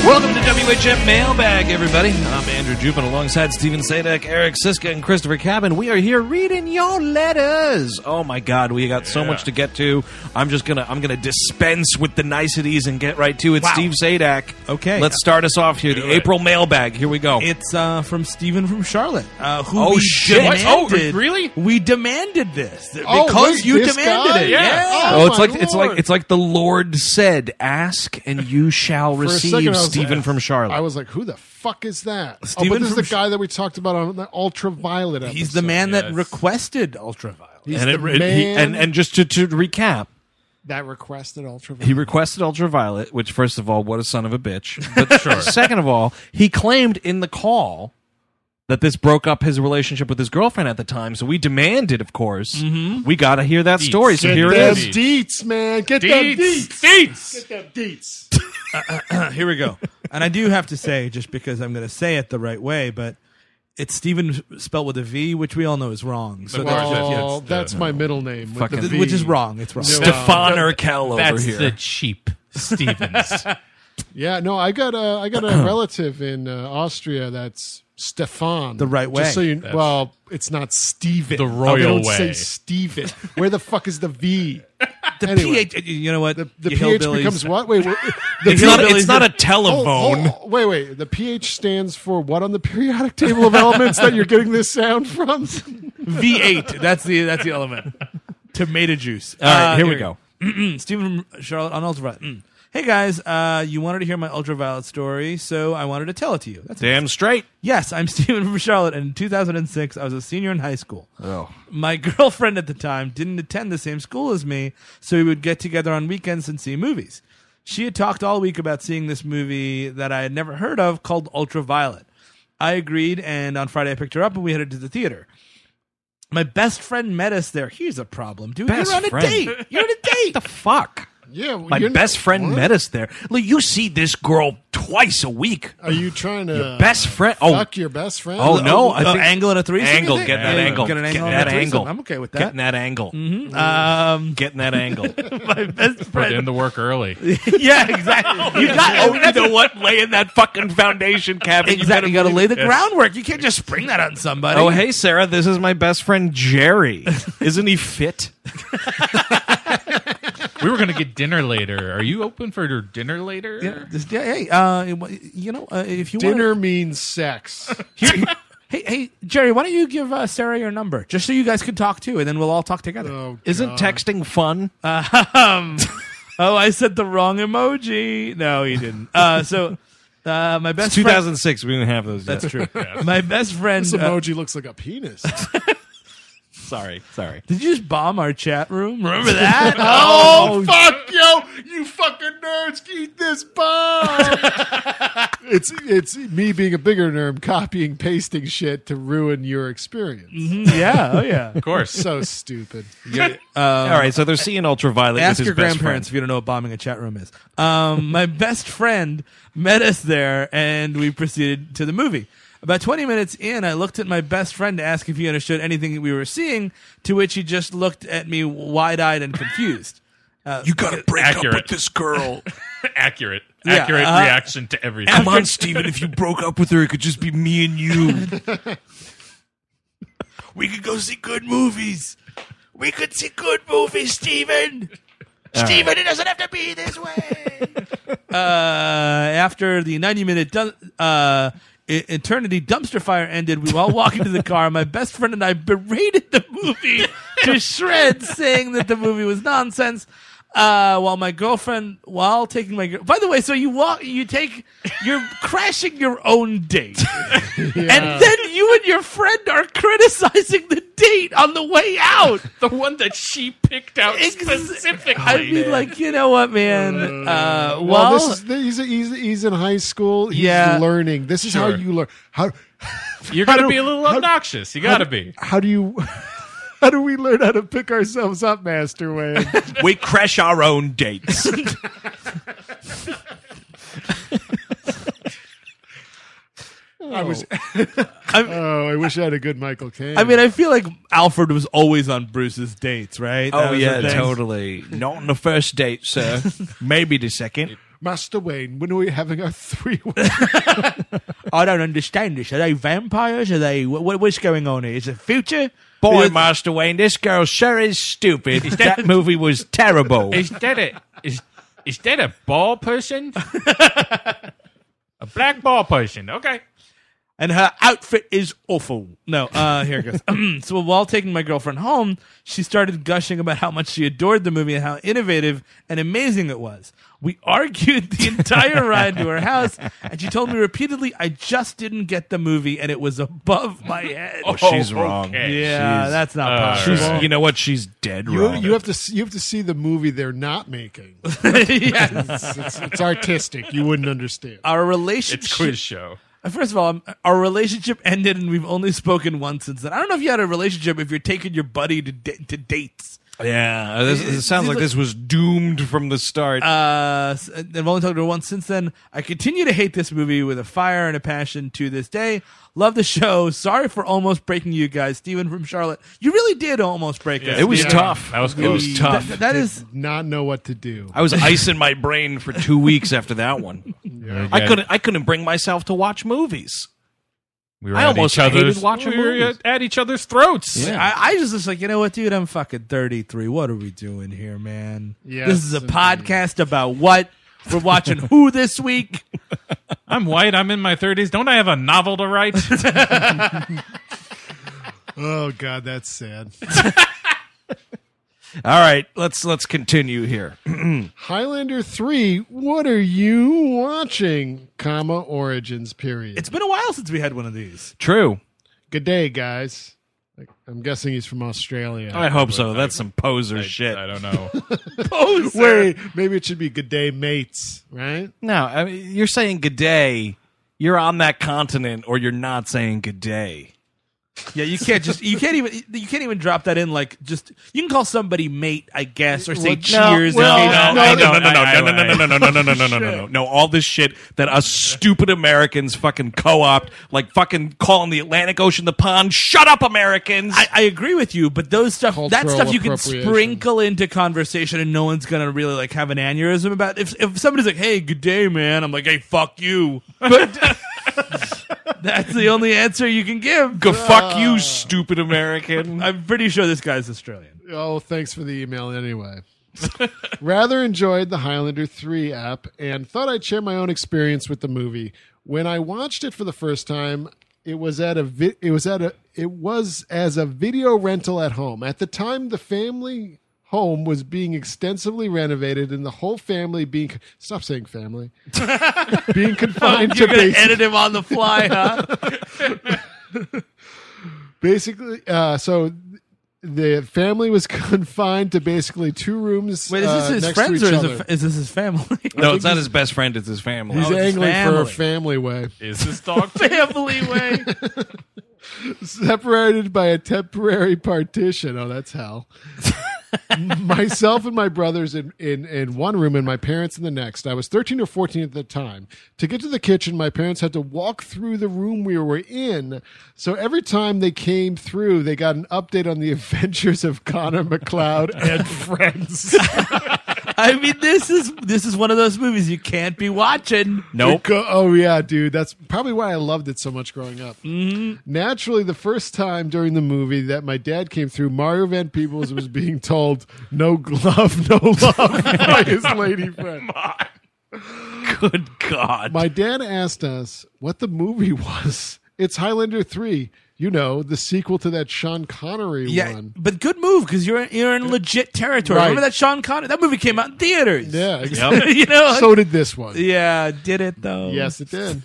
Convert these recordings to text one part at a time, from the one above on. Welcome to WHM Mailbag, everybody. I'm Andrew Jupin alongside Steven Sadek, Eric Siska, and Christopher Cabin. We are here reading your letters. Oh my God, we got so much to get to. I'm just gonna I'm gonna dispense with the niceties and get right to it. Steve Sadak. Okay. Let's start us off here. The April mailbag. Here we go. It's uh, from Steven from Charlotte. Uh, who Oh, we shit. What? Oh, demanded- really? We demanded this because Oh, wait, you this demanded guy? it. Yeah. Oh, it's my like it's like Lord. it's like the Lord said, "Ask and you shall For a second, I receive." was Stephen like- from Charlotte. I was like, who the fuck is that? oh, Steven but this is from the Sh- guy that we talked about on the ultraviolet episode. He's the man that requested Ultraviolet. He's and, the it- it- he- man and and just to, to recap, that requested ultraviolet. He requested Ultraviolet, which, first of all, what a son of a bitch. But second of all, he claimed in the call that this broke up his relationship with his girlfriend at the time. So we demanded, of course, Mm-hmm. we got to hear that story. So Get here it Get is. them deets, man. Get them deets. Get Deets. them deets. Here we go. and I do have to say, just because I'm going to say it the right way, but it's Steven spelled with a V, which we all know is wrong. So Of there's course, just- Oh, that's my middle name. With the Fucking- V. which is wrong. It's wrong. No. Stefan Urkel over That's here. the cheap Stevens. Yeah, no, I got a I got a relative in uh, Austria that's Stefan. The right way. Just so you, well, it's not Steven. The Oh, they royal don't way. say Steven. Where the fuck is the V? the anyway. pH. You know what? The, The pH becomes what? Wait, wait the It's, not, hillbillies it's not a that- Oh, telephone. oh, wait, wait. The pH stands for what on the periodic table of elements that you're getting this sound from? V8. That's the that's the element. Tomato juice. Uh, All right, here we go. Stephen from Charlotte on Ultraviolet. Mm. Hey guys, uh, you wanted to hear my Ultraviolet story, so I wanted to tell it to you. That's Damn straight. yes, I'm Stephen from Charlotte, and in 2006, I was a senior in high school. Oh. My girlfriend at the time didn't attend the same school as me, so we would get together on weekends and see movies. She had talked all week about seeing this movie that I had never heard of called Ultraviolet. I agreed, and on Friday I picked her up and we headed to the theater. My best friend met us there. Here's a problem, dude. Best You're on a friend. date. You're on a date. The fuck? Yeah, well, My you're not- best friend what? met us there. Look, you see this girl twice a week. Are you trying to Best friend. Oh, fuck your best friend? Oh, no. I uh, think- angle and a threesome. angle. you think? Get that Yeah, angle. Get Get an angle. and that a threesome. angle. I'm okay with Getting that. that angle. Mm-hmm. Um, Getting that angle. my best Put friend. in the work early. yeah, exactly. You got. oh, you know what? Laying that fucking foundation, Kevin. Exactly. You got to lay the groundwork. You can't just spring that on somebody. Oh, hey, Sarah. This is my best friend Jerry. Isn't he fit? We were going to get dinner later. Are you open for your dinner later? Yeah, just- yeah, hey. Uh, you know, uh, if you Dinner want means sex. Hey, hey, Jerry, why don't you give uh, Sarah your number just so you guys can talk too, and then we'll all talk together. Oh, Isn't texting fun? Um, oh, I said the wrong emoji. No, you didn't. Uh, so, uh, my best friend. 2006. We didn't have those. That's yet. true. My best friend. this uh, emoji looks like a penis. Sorry. Sorry. Did you just bomb our chat room? Remember that? oh, fuck, yo, you fucking nerds, eat this bomb. it's it's me being a bigger nerd, copying, pasting shit to ruin your experience. Mm-hmm. yeah, oh yeah. Of course. So stupid. All right. So they're seeing ultraviolet. Um, with Ask his your best grandparents if you don't know what bombing a chat room is. Um, my best friend met us there, and we proceeded to the movie. About 20 minutes in, I looked at my best friend to ask if he understood anything we were seeing, to which he just looked at me wide eyed and confused. You gotta break Accurate. this girl. Accurate. Yeah, Accurate uh, reaction to everything. on, Steven. If you broke up with her, it could just be me and you. We could go see good movies. We could see good movies, Steven. Steven, it doesn't have to be this way. uh, after the 90 minute du- uh, e- eternity dumpster fire ended, we were all walking to the car. My best friend and I berated the movie to shreds, saying that the movie was nonsense. Uh, while my girlfriend, while taking my, gir- by the way, so you walk, you take, you're crashing your own date, and then you and your friend are criticizing the date on the way out. Oh, the one that she picked out Ex- specifically. I'd be like, you know what, man? Uh, well, Well, this is he's, he's he's in high school. He's Yeah. learning. This is how Sure. you learn. How You're gonna how do- be a little how- obnoxious. You gotta be. how do you how do we learn how to pick ourselves up, Master Wayne? we crash our own dates. I was. I'm- oh, I wish I had a good Michael Caine. I mean, I feel like Alfred was always on Bruce's dates, right? That oh was the yeah, thing. totally. Not on the first date, sir. Maybe the second. Master Wayne, when are we having our three-way? I don't understand this. Are they vampires? Are they what, what's going on here? Is it future? Boy, Is- Master Wayne, this girl sure is stupid. that movie was terrible. Is that a is is that a ball person? a black ball person. Okay. and her outfit is awful. No, uh, here it goes. so while taking my girlfriend home, she started gushing about how much she adored the movie and how innovative and amazing it was. We argued the entire ride to her house, and she told me repeatedly, "I just didn't get the movie, and it was above my head." Oh, she's wrong. okay. yeah, she's- that's not uh, possible. She's, you know what? She's dead You, wrong. you have to s- you have to see the movie they're not making. yes. It's, it's, it's artistic. You wouldn't understand. Our It's relationship quiz show. First of all, um, our relationship ended, and we've only spoken once since then. I don't know if you had a relationship if you're taking your buddy to da- to dates. yeah, this, it sounds like like- this was doomed from the start. Uh, s- I've only talked to her once since then. I continue to hate this movie with a fire and a passion to this day. Love the show. Sorry for almost breaking you guys, Steven from Charlotte. You really did almost break us. it was yeah. tough. That was it was close. tough. That- that is Not know what to do. I was icing my brain for two weeks after that one. I Okay. couldn't. I couldn't bring myself to watch movies. We were I at almost each other's, hated watching we were movies. at- at each other's throats. I, I just was like, you know what, dude? I'm fucking 33. What are we doing here, man? Yes, this is a indeed. podcast about what we're watching. who this week? I'm white. I'm in my 30s. Don't I have a novel to write? Oh God, that's sad. All right, let's let's continue here. Highlander three. What are you watching? Comma origins. Period. It's been a while since we had one of these. True. Good day, guys. Like, I'm guessing he's from Australia. I hope so. That's some poser shit. I don't know. Oh, Wait, maybe it should be good day, mates. Right? No, I mean, you're saying good day. You're on that continent, or you're not saying good day. Yeah, you can't just you can't even you can't even drop that in like just you can call somebody mate, I guess, or say Well, no, cheers. well, and no, no, no, no, no, no, no, no, no, no, no, no, no, no, no, no. No, all this shit that us stupid Americans fucking co-opt, like fucking calling the Atlantic Ocean the pond. Shut up, Americans. I, I agree with you, but those stuff that Cultural stuff you can appropriation. sprinkle into conversation and no one's gonna really like have an aneurysm about if if somebody's like, Hey, good day, man, I'm like, Hey, fuck you. That's the only answer you can give. Uh, Go fuck you, stupid American. I'm pretty sure this guy's Australian. Oh, thanks for the email anyway. Rather enjoyed the Highlander 3 app and thought I'd share my own experience with the movie. When I watched it for the first time, it was at a vi- it was at a it was as a video rental at home. At the time the family home was being extensively renovated and the whole family being stop saying family being confined to You're gonna basic edit him on the fly, huh? basically uh so the family was confined to basically two rooms Wait, is this uh, his next to friends each or is, other. it, is this his family? No, it's not his best friend. It's his family. He's Oh, it's his angling for a family. family way. Is this dog? family way. Separated by a temporary partition. Oh, that's hell. Myself and my brothers in, in, in one room and my parents in the next. I was 13 or 14 at the time. To get to the kitchen, my parents had to walk through the room we were in. So every time they came through, they got an update on the adventures of Connor McLeod and friends. I mean, this is this is one of those movies you can't be watching. Nope. Go- oh yeah, dude. That's probably why I loved it so much growing up. Mm-hmm. Naturally, the first time during the movie that my dad came through, Mario Van Peebles was being told, "No glove, no love," by his lady friend. Good God. My dad asked us what the movie was. It's Highlander three. you know, the sequel to that Sean Connery Yeah, one. but good move because you're you're in legit territory. Right. Remember that Sean Connery? That movie came out in theaters. Yeah, exactly. you know. so did this one. yeah, did it though? Yes, it did.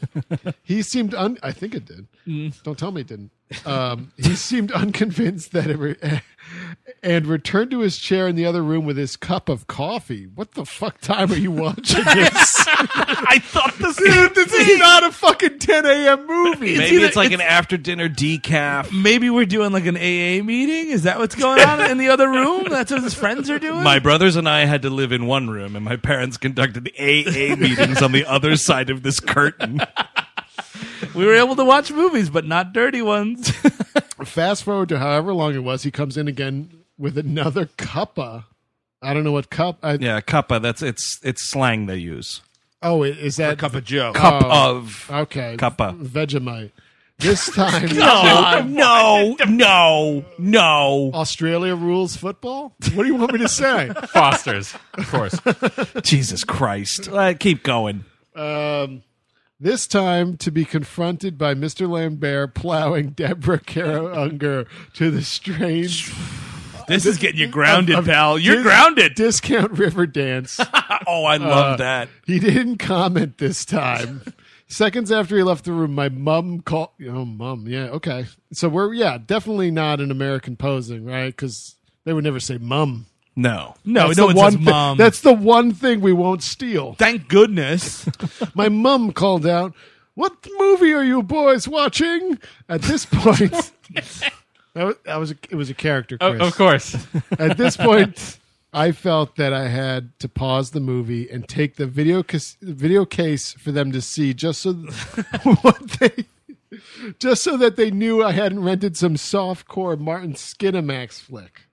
he seemed un. I think it did. Don't tell me it didn't. Um, he seemed unconvinced that it, re- and returned to his chair in the other room with his cup of coffee. What the fuck time are you watching this? I thought this Dude, this is not a fucking 10 a.m. movie. Maybe either- it's like it's- an after dinner decaf. Maybe we're doing like an AA meeting. Is that what's going on in the other room? That's what his friends are doing. My brothers and I had to live in one room, and my parents conducted AA meetings on the other side of this curtain. we were able to watch movies, but not dirty ones. Fast forward to however long it was, he comes in again with another cuppa. I don't know what cup. I, Yeah, cuppa. That's it's it's slang they use. Oh, i- is that of Joe. Cup Uh, Oh. of. Okay, Cuppa. Vegemite. This time, No, no, no, no. Australia rules football. What do you want me to say? Foster's, of course. Oh, Jesus Christ! Uh, keep going. Um, this time to be confronted by Mr. Lambert plowing Deborah Caro Unger to the strange This is getting you grounded, pal. You're dis- grounded. discount river dance. Oh, I love that. He didn't comment this time. Seconds after he left the room, my mum called. Oh, mum. Yeah. Okay. So we're, yeah, definitely not an American posing, right? Because they would never say mum. No, No, That's no one the one says thi- mom. That's the one thing we won't steal. Thank goodness. My mum called out, What movie are you boys watching? At this point, that was, that was a, it was a character, Oh, Chris. of course. At this point, I felt that I had to pause the movie and take the video, cas- video case for them to see just so th- what they. Just so that they knew I hadn't rented some softcore Martin Skinamax flick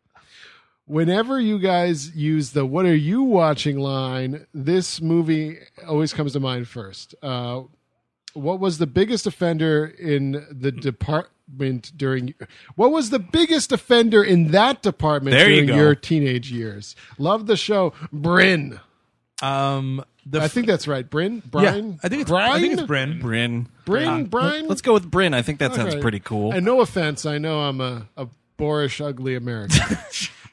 whenever you guys use the what are you watching line this movie always comes to mind first uh, what was the biggest offender in the department during what was the biggest offender in that department There you during go. your teenage years love the show bryn Um, the i think that's right bryn yeah, brian I think it's bryn I think it's Bryn. Bryn. bryn Uh, bryn Let's go with Bryn. I think that sounds All right. pretty cool. and no offense i know i'm a, a boorish ugly american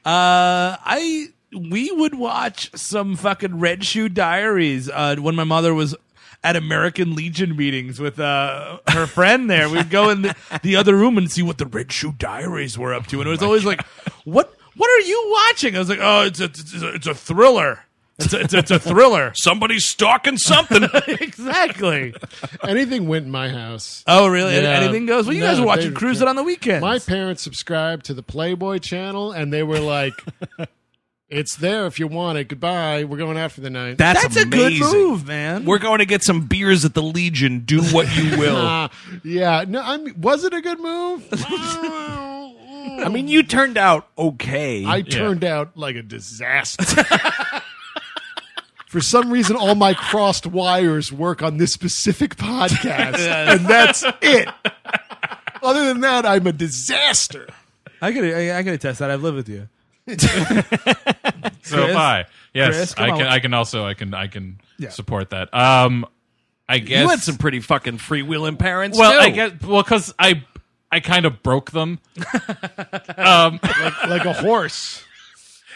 Uh, I we would watch some fucking Red Shoe Diaries uh, when my mother was at American Legion meetings with uh, her friend there. We'd go in the, the other room and see what the Red Shoe Diaries were up to, and it was always like, "What? What are you watching?" I was like, "Oh, it's a it's a, it's a thriller. It's a, it's, a, it's a thriller." Somebody's stalking something. exactly. anything went in my house Oh, really? Yeah. Anything goes. Well, you No, guys were watching they- Cruise It on the weekend. My parents subscribed to the Playboy channel, and they were like, "It's there if you want it. Goodbye. We're going out for the night." That's, That's a good amazing. move, man. We're going to get some beers at the Legion. Do what you will. Uh, yeah. No, I mean, was it a good move? I mean, you turned out okay. I turned out like a disaster. For some reason, all my crossed wires work on this specific podcast, and that's it. Other than that, I'm a disaster. I could I, I could attest that. I've lived with you. So am I. Yes, Chris, come I on. can. I can also. I can. I can Yeah. support that. Um, I guess you had some pretty fucking freewheeling parents. Well, too. I guess. Well, because I, I kind of broke them. Like a horse.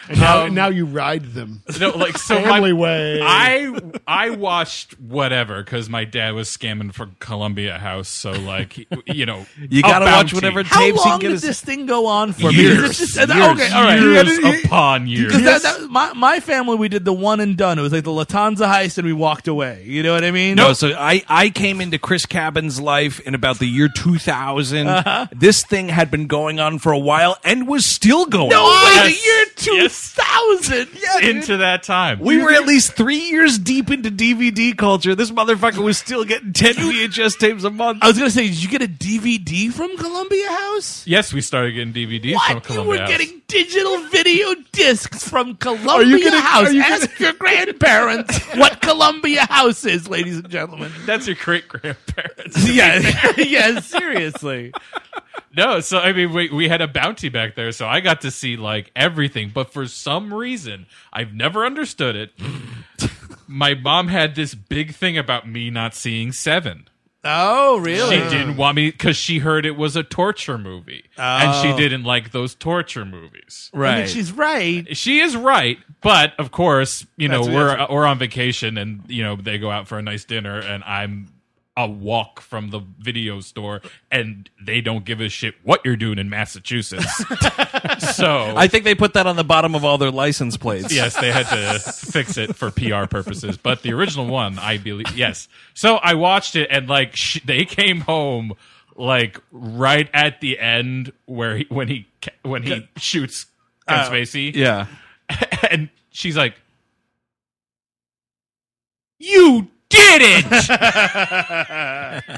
And now, and now you ride them. No, like Um, so Family my, way. I I watched whatever because my dad was scamming for Columbia House, so like he- you know You a gotta watch bounty. whatever How tapes he can long get did his- this thing go on for? years, Because it's just- years, okay, all right. years Yeah, yeah, upon years. 'cause that- that- my, my family, we did the one and done. It was like the Latanza heist, and we walked away. You know what I mean? No, so I, I came into Chris Cabin's life in about the year 2000. This thing had been going on for a while and was still going no on. way. Yes. The year two thousand. into that time. We were at least three years deep into DVD culture. This motherfucker was still getting 10 VHS tapes a month. I was gonna say, did you get a DVD from Columbia House? yes, we started getting DVDs What? from You Columbia were House. getting digital video discs from Columbia gonna- House. are you Ask your grandparents what Columbia House is, ladies and gentlemen. That's your great grandparents. Yeah, yeah, seriously. no, so I mean, we we had a bounty back there, so I got to see like everything. But for some reason, I've never understood it. my mom had this big thing about me not seeing Seven. Oh, really? She didn't want me because she heard it was a torture movie, and Oh. she didn't like those torture movies. I mean, Right. she's right. She is right, but of course, you know That's- we're that's- we're on vacation, and you know they go out for a nice dinner, and I'm a walk from the video store, and they don't give a shit what you're doing in Massachusetts. so I think they put that on the bottom of all their license plates. yes, they had to fix it for PR purposes. But the original one, I believe, yes. So I watched it, and like sh- they came home like right at the end where he when he ca- when he shoots Ken Uh, Spacey, Yeah. and she's like, "You did it,"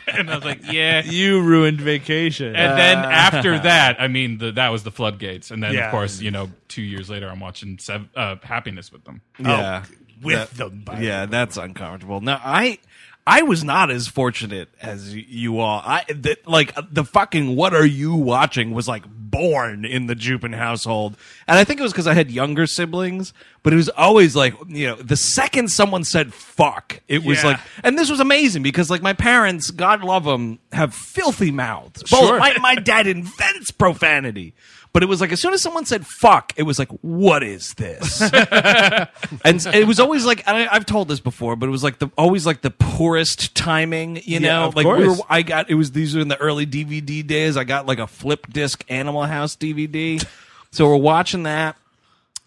and I was like, "Yeah." You ruined vacation. And then after that, I mean, the, that was the floodgates. And then, Yeah. of course, you know, two years later, I'm watching Sev- uh, Happiness with them. Yeah. Oh, with That- them, by Yeah, that's uncomfortable. Now I I was not as fortunate as y- you all. I the, like the fucking what are you watching was like born in the Jupin household. And I think it was cuz I had younger siblings, but it was always like, you know, the second someone said fuck, it was Yeah. like and this was amazing because like my parents, God love them, have filthy mouths. Both, Sure. my, my dad invents profanity. But it was like as soon as someone said fuck, it was like, what is this? and it was always like and I, I've told this before, but it was like the always like the poorest timing, you know. of like we course. were, I got it was these were in the early DVD days. I got like a flip disc Animal House DVD, so we're watching that,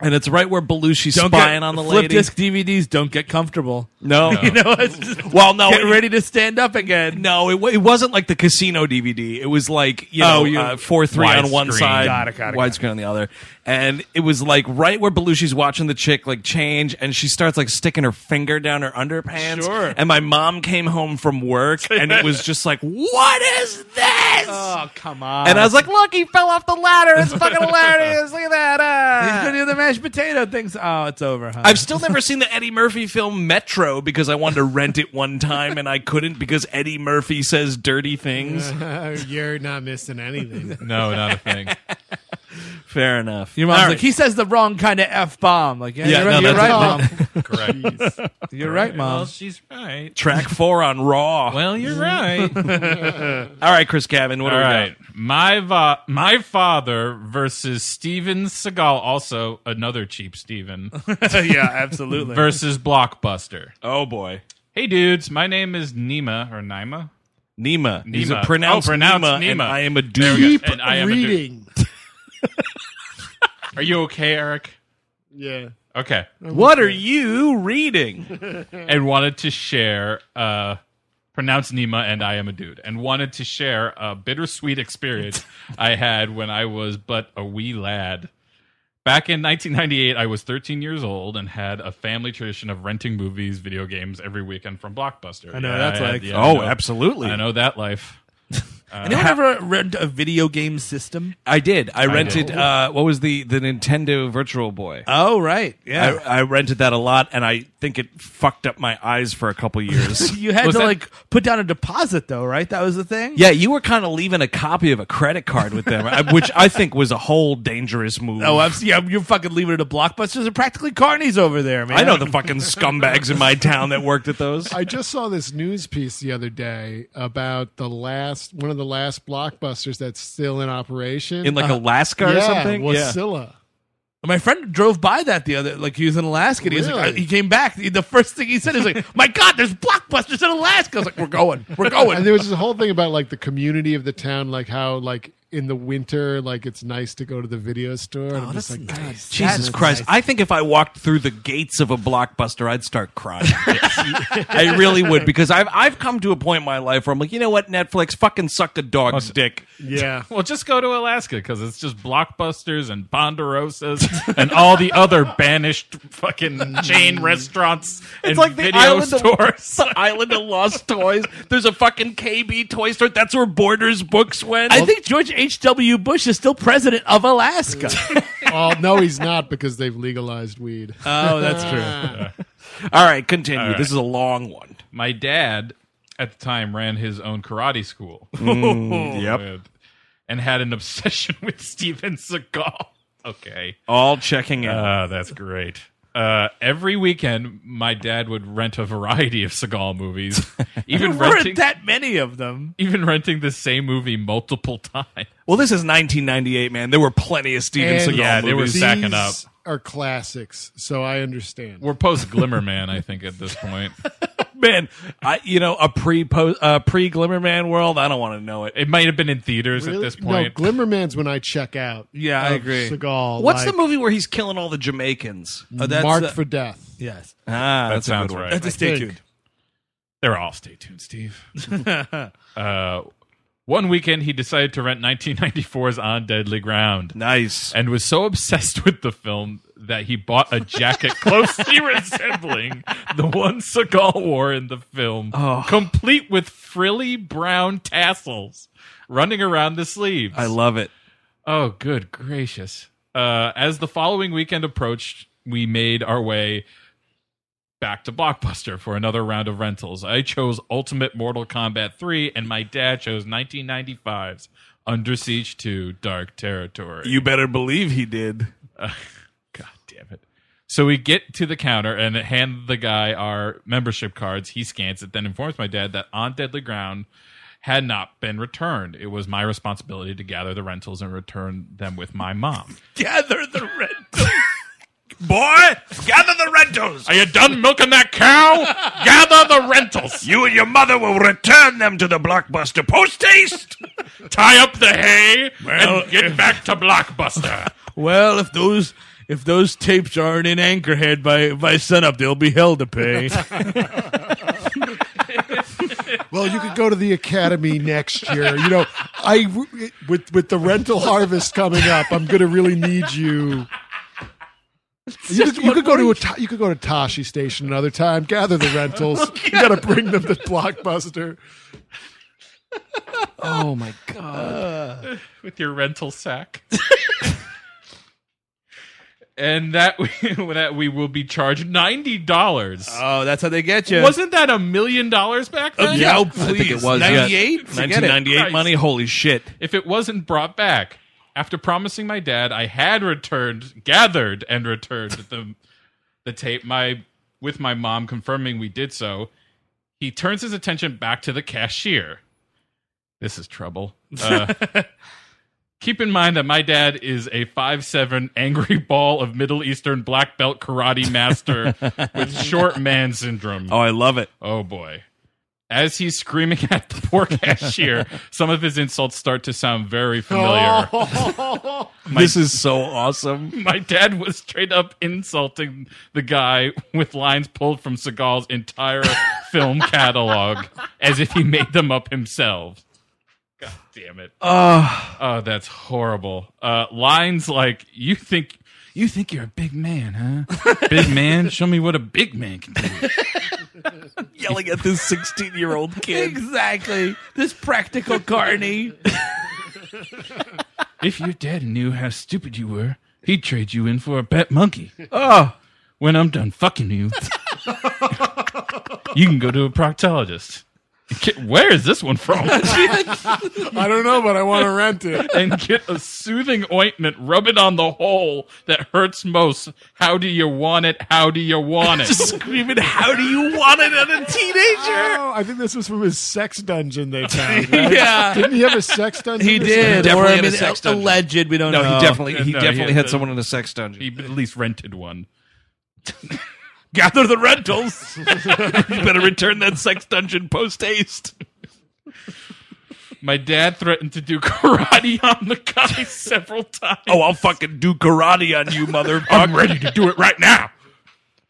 and it's right where Belushi's don't spying get, on the flip lady. disc DVDs. Don't get comfortable. No, You know, it's just well, no, get it- ready to stand up again. No, it, wa- it wasn't like the casino DVD. It was like you Oh, know you- uh, four three on one Widescreen. side, Got it, got it, widescreen on the other, and it was like right where Belushi's watching the chick like change, and she starts like sticking her finger down her underpants. Sure. And my mom came home from work, and it was just like, what is this? Oh come on! and I was like, look, he fell off the ladder. It's fucking hilarious. Look at that. ah." He's gonna do the mashed potato things. Oh, it's over, huh? I've still never seen the Eddie Murphy film Metro because I wanted to rent it one time and I couldn't because Eddie Murphy says dirty things. You're not missing anything. No, not a thing. Fair enough. Your mom's All like, he says the wrong kind of f bomb. Like, yeah, Yeah, you're, no, right, you're that's- right, mom. Correct. You're right, Well, mom. she's right. Track four on Raw. Well, you're right. All right, Chris Cabin, what All do we right. got? My va- my father versus Steven Seagal, also another cheap Steven, yeah, absolutely. versus Blockbuster. Oh boy, Hey dudes, my name is Nima or Nima. Nima. Nima. He's a Nima. pronounced, Oh, pronounced Nima, Nima. and I am a There we dude. go. Keep Oh, And I am a dude. reading. Are you okay, Eric? Yeah. Okay. What are you reading? and wanted to share uh pronounce Nima and I am a dude and wanted to share a bittersweet experience I had when I was but a wee lad. Back in 1998, I was 13 years old and had a family tradition of renting movies, video games every weekend from Blockbuster. I know what that's like. I Oh, know. absolutely. I know that life. Anyone ever rent a video game system? I did. I rented. did. Uh, what was the the Nintendo Virtual Boy? Oh, right. Yeah. I, I rented that a lot, and I think it fucked up my eyes for a couple years. you had to Was that- like put down a deposit though, right? That was the thing. yeah, you were kind of leaving a copy of a credit card with them, I- which I think was a whole dangerous move. Oh, I'm, yeah. You're fucking leaving it at Blockbusters. They're practically carnies over there, man. I know the fucking scumbags in my town that worked at those. I just saw this news piece the other day about the last one of the last blockbusters that's still in operation in like Alaska yeah, or something. Wasilla. My friend drove by that the other, like he was in Alaska. And he was like, Really? I- he came back. The first thing he said is like, "My God, there's blockbusters in Alaska." I was like, "We're going, we're And going." there was this whole thing about like the community of the town, like how like in the winter, like it's nice to go to the video store. And I'm just like, God, Jesus Christ. I think if I walked through the gates of a blockbuster, I'd start crying. I really would because I've I've come to a point in my life where I'm like, you know what, Netflix, fucking suck a dog's dick. yeah. Well, just go to Alaska because it's just blockbusters and ponderosas and all the other banished fucking chain restaurants and It's like the video island of, stores. the island of lost toys. There's a fucking KB toy store. That's where Borders books went. I think George H. W. Bush is still president of Alaska. Well, "Oh, no, he's not because they've legalized weed. Um, oh, that's true. All right, continue. This is a long one. my dad at the time ran his own karate school Yep. with- and had an obsession with Steven Seagal. Okay. All checking out. Ah, that's great. uh, every weekend, my dad would rent a variety of Seagal movies, even There weren't renting that many of them. even renting the same movie multiple times. Well, this is 1998, man. There were plenty of Steven And Seagal yeah, movies. they were sacking up. These Are classics, so I understand. We're post Glimmer Man, I think, at this point. man. I, you know, a pre uh, pre Glimmer Man world. I don't want to know it. It might have been in theaters Really? at this point. no, Glimmerman's when I check out. Yeah, I of agree. Seagal, What's like, the movie where he's killing all the Jamaicans? Oh, Marked uh, for death. Yes, ah, that that's a sounds good one. right. that's a stay think. tuned. They're all stay tuned, Steve. uh, one weekend, he decided to rent 1994's On Deadly Ground. Nice. and was so obsessed with the film that he bought a jacket closely resembling the one Seagal wore in the film, complete with frilly brown tassels running around the sleeves. I love it. oh, good gracious. Uh, as the following weekend approached, we made our way back to Blockbuster for another round of rentals. I chose Ultimate Mortal Kombat 3, and my dad chose 1995's Under Siege 2 Dark Territory. You better believe he did. God damn it. So we get to the counter and hand the guy our membership cards. He scans it, then informs my dad that on deadly ground had not been returned. It was my responsibility to gather the rentals and return them with my mom. Gather the rentals, boy. Gather the rentals. Are you done milking that cow? gather the rentals. You and your mother will return them to the blockbuster post haste. tie up the hay Well, and get back to Blockbuster. Well, if those if those tapes aren't in Anchorhead by by sunup, they'll be hell to pay. Well, you could go to the academy next year. You know, I with with the rental harvest coming up, I'm going to really need you. You could, you could go to a Ta- you could go to Tashi Station another time. Gather the rentals. You got to bring them to Blockbuster. Oh my god! with your rental sack. and that we, that we will be charged ninety dollars. oh, that's how they get you. Wasn't that a million dollars back Uh, then? yeah, I oh, think it please. was yeah. 98? Forget it. 1998 money. Holy shit! If it wasn't brought back, after promising my dad I had returned, gathered and returned the the tape, my with my mom confirming we did so, he turns his attention back to the cashier. This is trouble. Uh, keep in mind that my dad is a five seven angry ball of Middle Eastern black belt karate master with short man syndrome. Oh, I love it. Oh boy. As he's screaming at the poor cashier, some of his insults start to sound very familiar. this is so awesome. My dad was straight up insulting the guy with lines pulled from Seagal's entire film catalog as if he made them up himself. God damn it. oh, that's horrible. Uh, lines like, you think. You think you're a big man, huh? Big man, show me what a big man can do. Yelling at this 16 year old kid. Exactly. This practical carny. If your dad knew how stupid you were, he'd trade you in for a pet monkey. Ah, Oh, When I'm done fucking you, you can go to a proctologist. Get- where is this one from? I don't know, but I want to rent it. and get a soothing ointment, rub it on the hole that hurts most. How do you want it? How do you want it? Screaming, how do you want it at a teenager? Oh, I think this was from his sex dungeon they found. right? Yeah. Didn't he have a sex dungeon? he or did. something? Definitely or I had a mean, sex dungeon. alleged. We don't No, know. he definitely he No, he definitely hit had- someone in a sex dungeon. he at least rented one. gather the rentals. you better return that sex dungeon post haste. My dad threatened to do karate on the guy several times. Oh, I'll fucking do karate on you, motherfucker. I'm ready to do it right now.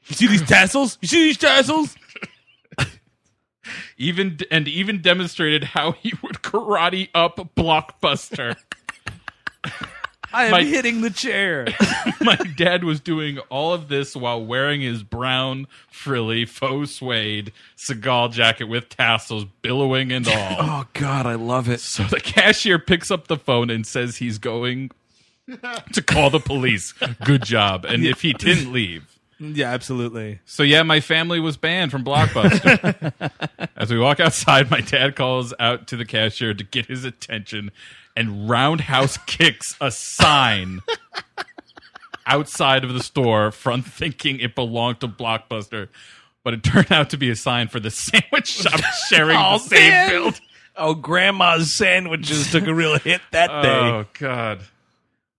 You see these tassels? You see these tassels? even and even demonstrated how he would karate up blockbuster I am My- hitting the chair. my dad was doing all of this while wearing his brown frilly faux suede Seagal jacket with tassels billowing and all Oh God, I love it. so the cashier picks up the phone and says he's going to call the police good job and if he didn't leave yeah, absolutely. So yeah, my family was banned from Blockbuster. As we walk outside, my dad calls out to the cashier to get his attention and roundhouse kicks a sign outside of the store from thinking it belonged to Blockbuster, but it turned out to be a sign for the sandwich shop sharing the same Oh, man. building. Oh, Grandma's sandwiches took a real hit that day. Oh God!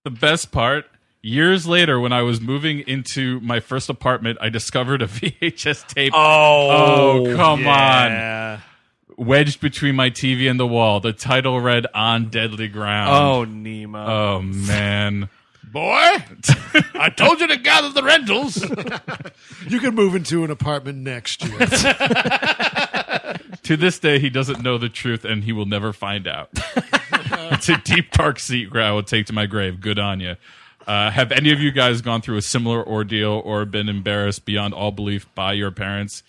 The best part. Years later, when I was moving into my first apartment, I discovered a VHS tape Oh, Oh, come yeah. wedged between my TV and the wall. The title read "On Deadly Ground." Oh, Nemo. oh man! Boy, I told you to gather the rentals. you can move into an apartment next year. to this day, he doesn't know the truth, and he will never find out. it's a deep, dark secret I will take to my grave. Good on you. Uh, have any of you guys gone through a similar ordeal or been embarrassed beyond all belief by your parents?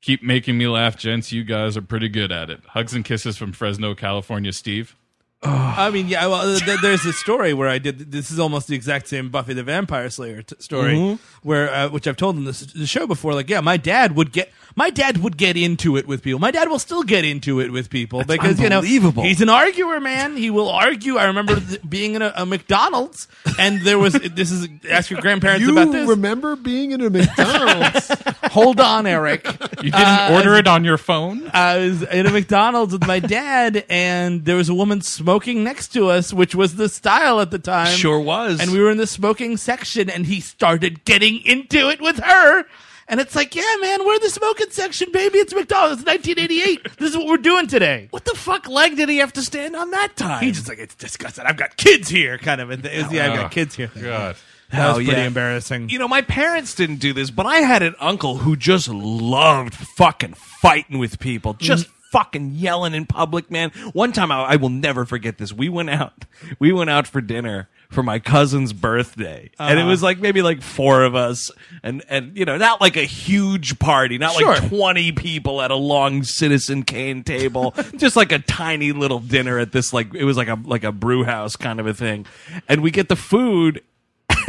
Keep making me laugh, gents. You guys are pretty good at it. Hugs and kisses from Fresno, California, Steve. I mean, yeah. Well, th- th- there's a story where I did. This is almost the exact same Buffy the Vampire Slayer t- story, where uh, which I've told in this, the show before. Like, yeah, my dad would get my dad would get into it with people. My dad will still get into it with people because you know unbelievable. he's an arguer, man. He will argue. I remember th- being in a, a McDonald's and there was this is ask your grandparents you about this. remember being in a McDonald's? Hold on, Eric. You didn't order it on your phone? I was in a McDonald's with my dad, and there was a woman smoking next to us, which was the style at the time. Sure was. And we were in the smoking section, and he started getting into it with her. And it's like, yeah, man, we're in the smoking section, baby. It's McDonald's. It's 1988. This is what we're doing today. what the fuck leg did he have to stand on that time? He's just like, it's disgusting. I've got kids here, kind of. It was, yeah, I've Oh, got kids here. God. That was Oh, pretty yeah. embarrassing. you know, my parents didn't do this, but I had an uncle who just loved fucking fighting with people, Mm-hmm. just fucking yelling in public, man. One time, I, I will never forget this. We went out, we went out for dinner for my cousin's birthday, and Uh-huh. it was like maybe like four of us, and and you know, not like a huge party, not Sure. like twenty people at a long Citizen Kane table, just like a tiny little dinner at this like it was like a like a brew house kind of a thing, and we get the food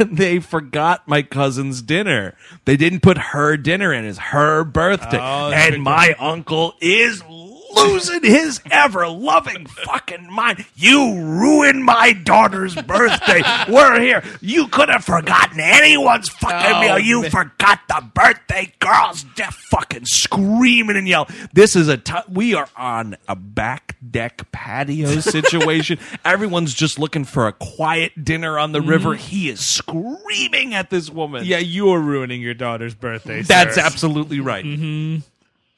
and they forgot my cousin's dinner. They didn't put her dinner in. It's her birthday. Oh, and my uncle is losing his ever loving fucking mind. You ruined my daughter's birthday. We're here. You could have forgotten anyone's fucking Oh, meal. You man. forgot the birthday girl's deaf fucking screaming and yelling. This is a t- we are on a back deck patio situation. Everyone's just looking for a quiet dinner on the river. He is screaming at this woman. yeah, you are ruining your daughter's birthday. that's sir. absolutely right.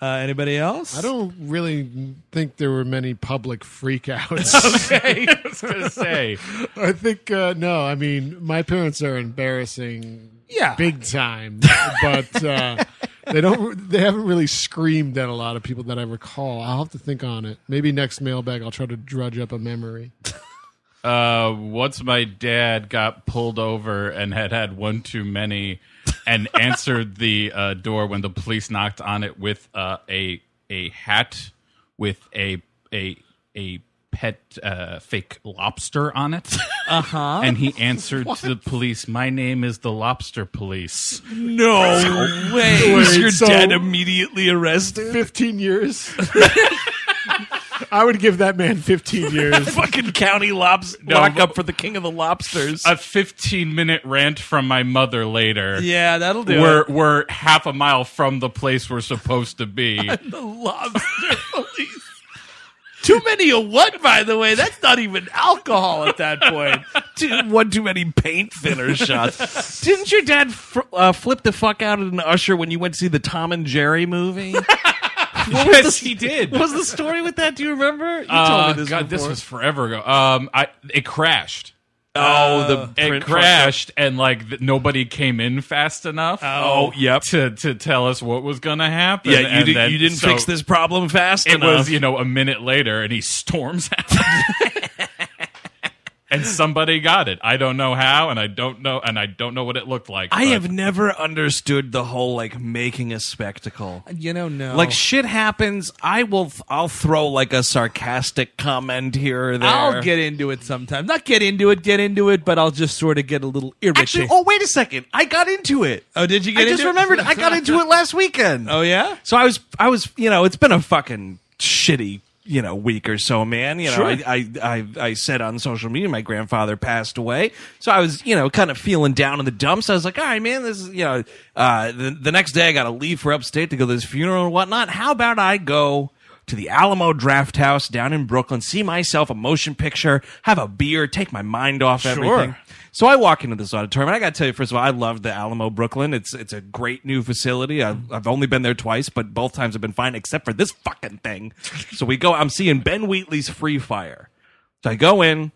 Uh, anybody else? I don't really think there were many public freakouts. I was going to say. I think uh, no. I mean, my parents are embarrassing, Yeah. big time. but uh, they don't. They haven't really screamed at a lot of people that I recall. I'll have to think on it. Maybe next mailbag, I'll try to drudge up a memory. Uh, once my dad got pulled over and had had one too many, and answered the uh, door when the police knocked on it with uh, a a hat with a a a pet uh, fake lobster on it. Uh Uh-huh. huh. And he answered to the police, "My name is the Lobster Police." No way. Was Wait, your so- dad immediately arrested? Fifteen years. I would give that man fifteen years. fucking county lobster No, lock up but- for the king of the lobsters. A fifteen minute rant from my mother later. Yeah, that'll do. We're, it. we're half a mile from the place we're supposed to be. the lobster police. Too many of what, by the way? That's not even alcohol at that point. Too, one too many paint thinner shots. Didn't your dad fr- uh, flip the fuck out at an usher when you went to see the Tom and Jerry movie? what was Yes, he did. What was the story with that? Do you remember? You Uh, told me this God, this before. was forever ago. Um, I it crashed. oh, the It print crashed, and like th- nobody came in fast enough. Oh, yep. To to tell us what was gonna happen. Yeah, you, and did, then- you didn't so fix this problem fast It enough. was you know a minute later, and he storms out. and somebody got it. I don't know how, and I don't know, and I don't know what it looked like. I but- have never understood the whole like making a spectacle. You know, no. Like shit happens. I will. I'll throw like a sarcastic comment here or there. I'll get into it sometime. Not get into it, get into it, but I'll just sort of get a little irritated. Actually, oh wait a second! I got into it. Oh, did you get I just into it? remembered. I got into it last weekend. Oh, yeah? So I was, I was, you know, it's been a fucking shitty you know week or so, man. You know, Sure. I, I I I said on social media my grandfather passed away, so I was you know kind of feeling down in the dumps. I was like, all right, man, this is you know uh, the the next day I got to leave for upstate to go to this funeral and whatnot. How about I go? To the Alamo Draft House down in Brooklyn, see myself a motion picture, have a beer, take my mind off everything. So I walk into this auditorium, and I got to tell you, first of all, I love the Alamo Brooklyn. It's it's a great new facility. I've, I've only been there twice, but both times have been fine, except for this fucking thing. So we go. I'm seeing Ben Wheatley's Free Fire. So I go in.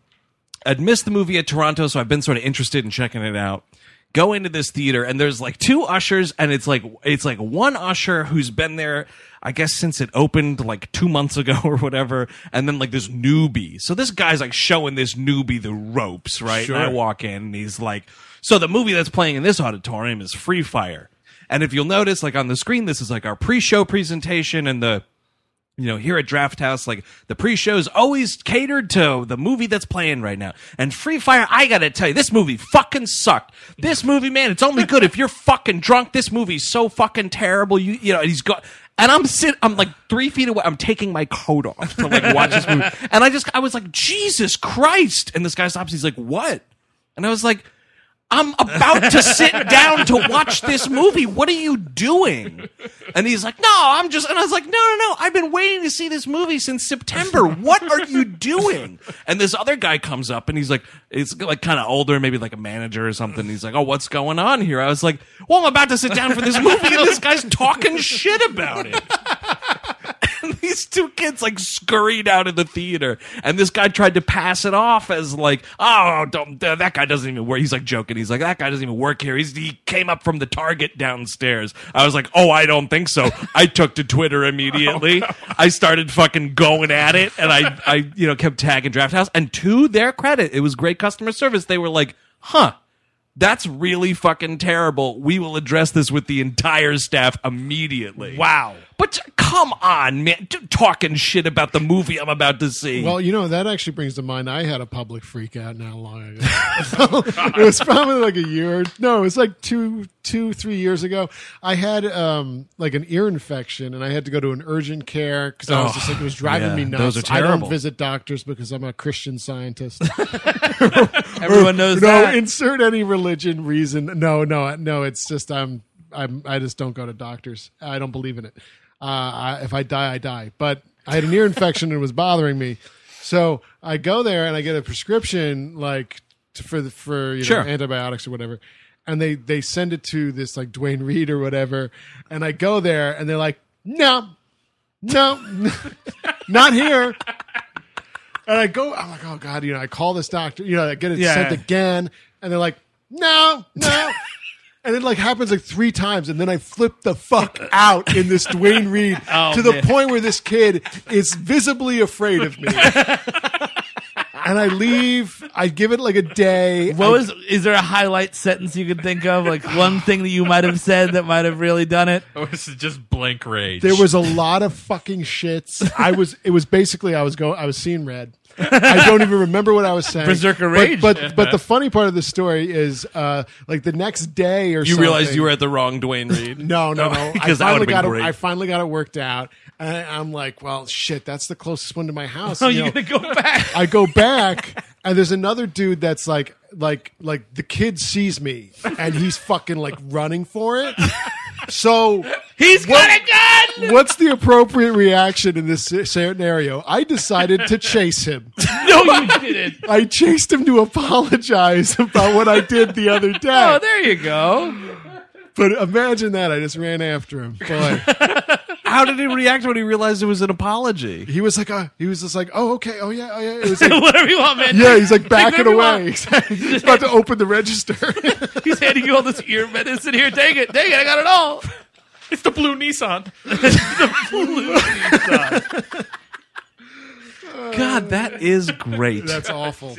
I'd missed the movie at Toronto, so I've been sort of interested in checking it out. Go into this theater, and there's like two ushers, and it's like it's like one usher who's been there, I guess, since it opened like two months ago or whatever, and then like this newbie. So this guy's like showing this newbie the ropes, right? And I walk in, and he's like, "So the movie that's playing in this auditorium is Free Fire." And if you'll notice, like on the screen, this is like our pre-show presentation, and the you know, here at Draft House, like the pre-show's always catered to the movie that's playing right now. And Free Fire, I gotta tell you, this movie fucking sucked. This movie, man, it's only good if you're fucking drunk. This movie's so fucking terrible. You, you know, and he's got, and I'm sit, I'm like three feet away. I'm taking my coat off to like watch this movie. And I just, I was like, Jesus Christ! And this guy stops. He's like, What? And I was like, I'm about to sit down to watch this movie. What are you doing? And he's like, No, I'm just. And I was like, No, no, no. I've been waiting to see this movie since September. What are you doing? And this other guy comes up and he's like, It's like kind of older, maybe like a manager or something. He's like, Oh, what's going on here? I was like, Well, I'm about to sit down for this movie and this guy's talking shit about it and these two kids like scurried out of the theater and this guy tried to pass it off as like oh don't uh, that guy doesn't even work he's like joking he's like that guy doesn't even work here he's he came up from the target downstairs i was like oh i don't think so i took to twitter immediately i started fucking going at it and i i you know kept tagging draft house and to their credit it was great customer service they were like huh that's really fucking terrible. We will address this with the entire staff immediately. Wow. But t- come on, man. T- talking shit about the movie I'm about to see. Well, you know, that actually brings to mind I had a public freak out not long ago. it was probably like a year. No, it was like two, two, three years ago. I had um, like an ear infection and I had to go to an urgent care because I was Oh, just like, it was driving yeah, me nuts. those are I terrible. don't visit doctors because I'm a Christian scientist. Everyone knows no, that. insert any religion reason. No, no, no. It's just I'm, I'm, I just don't go to doctors. I don't believe in it. Uh, I, if I die, I die. But I had an ear infection and it was bothering me, so I go there and I get a prescription like to, for the for you Sure. know antibiotics or whatever. And they they send it to this like Dwayne Reed or whatever, and I go there and they're like, no, no, not here. And I go, I'm like, oh God, you know, I call this doctor, you know, I get it Yeah. sent again. And they're like, no, no. and it like happens like three times. And then I flip the fuck out in this Dwayne Reed Oh, to the point where this kid is visibly afraid of me. and I leave, I give it like a day. What was? Is there a highlight sentence you could think of? Like one thing that you might have said that might have really done it. Oh, this is just blank rage. There was a lot of fucking shits. I was. It was basically I was going. I was seeing red. I don't even remember what I was saying. Berserker But- rage. But but, the funny part of the story is uh, like the next day or you something, realized you were at the wrong Dwayne Reed. no no no I 'Cause that finally would've been got it, great. I finally got it worked out. And I, I'm like, well, shit, that's the closest one to my house. Oh, You you're know, gonna go back. I go back and there's another dude that's like like like the kid sees me and he's fucking like running for it. So He's What- got a gun. What's the appropriate reaction in this scenario? I decided to chase him. No, you didn't. I chased him to apologize about what I did the other Oh, day. there you go. But imagine that. I just ran after him. Boy. How did he react when he realized it was an apology? He was like, uh, he was just like, oh, okay. Oh, yeah. Oh, yeah. It was like, Whatever you want, man. yeah, he's like backing whatever you want. away. he's about to open the register. He's handing you all this ear medicine here. Take it, take it. I got it all. it's the blue Nissan. God, that is great. That's awful.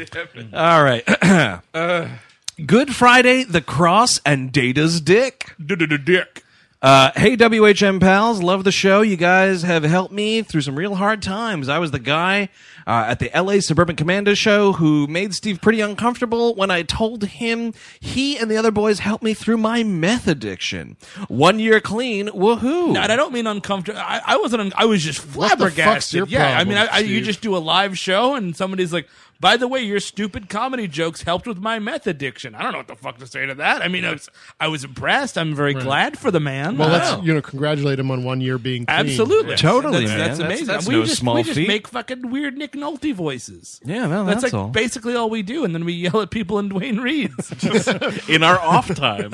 All right. Good Friday, the cross, and Data's dick. Dick. Uh, hey, WHM pals, love the show. You guys have helped me through some real hard times. I was the guy uh, at the LA Suburban Commando show who made Steve pretty uncomfortable when I told him he and the other boys helped me through my meth addiction. One year clean, woohoo! And I don't mean uncomfortable. I, I wasn't. Un- I was just the fuck's flabbergasted. your yeah, I mean, I, problem, I, you Steve? just do a live show and somebody's like, "By the way, your stupid comedy jokes helped with my meth addiction." I don't know what the fuck to say to that. I mean, I was, I was impressed. I'm very glad for the man. Well, Wow. let's you know congratulate him on one year being clean. Absolutely, Totally, man. That's, that's That's- amazing. that's we no just, small we just feat. make fucking weird Nick Nolte voices. Yeah, well, that's, that's like all. basically all we do, and then we yell at people in Dwayne Reed's. in our off time.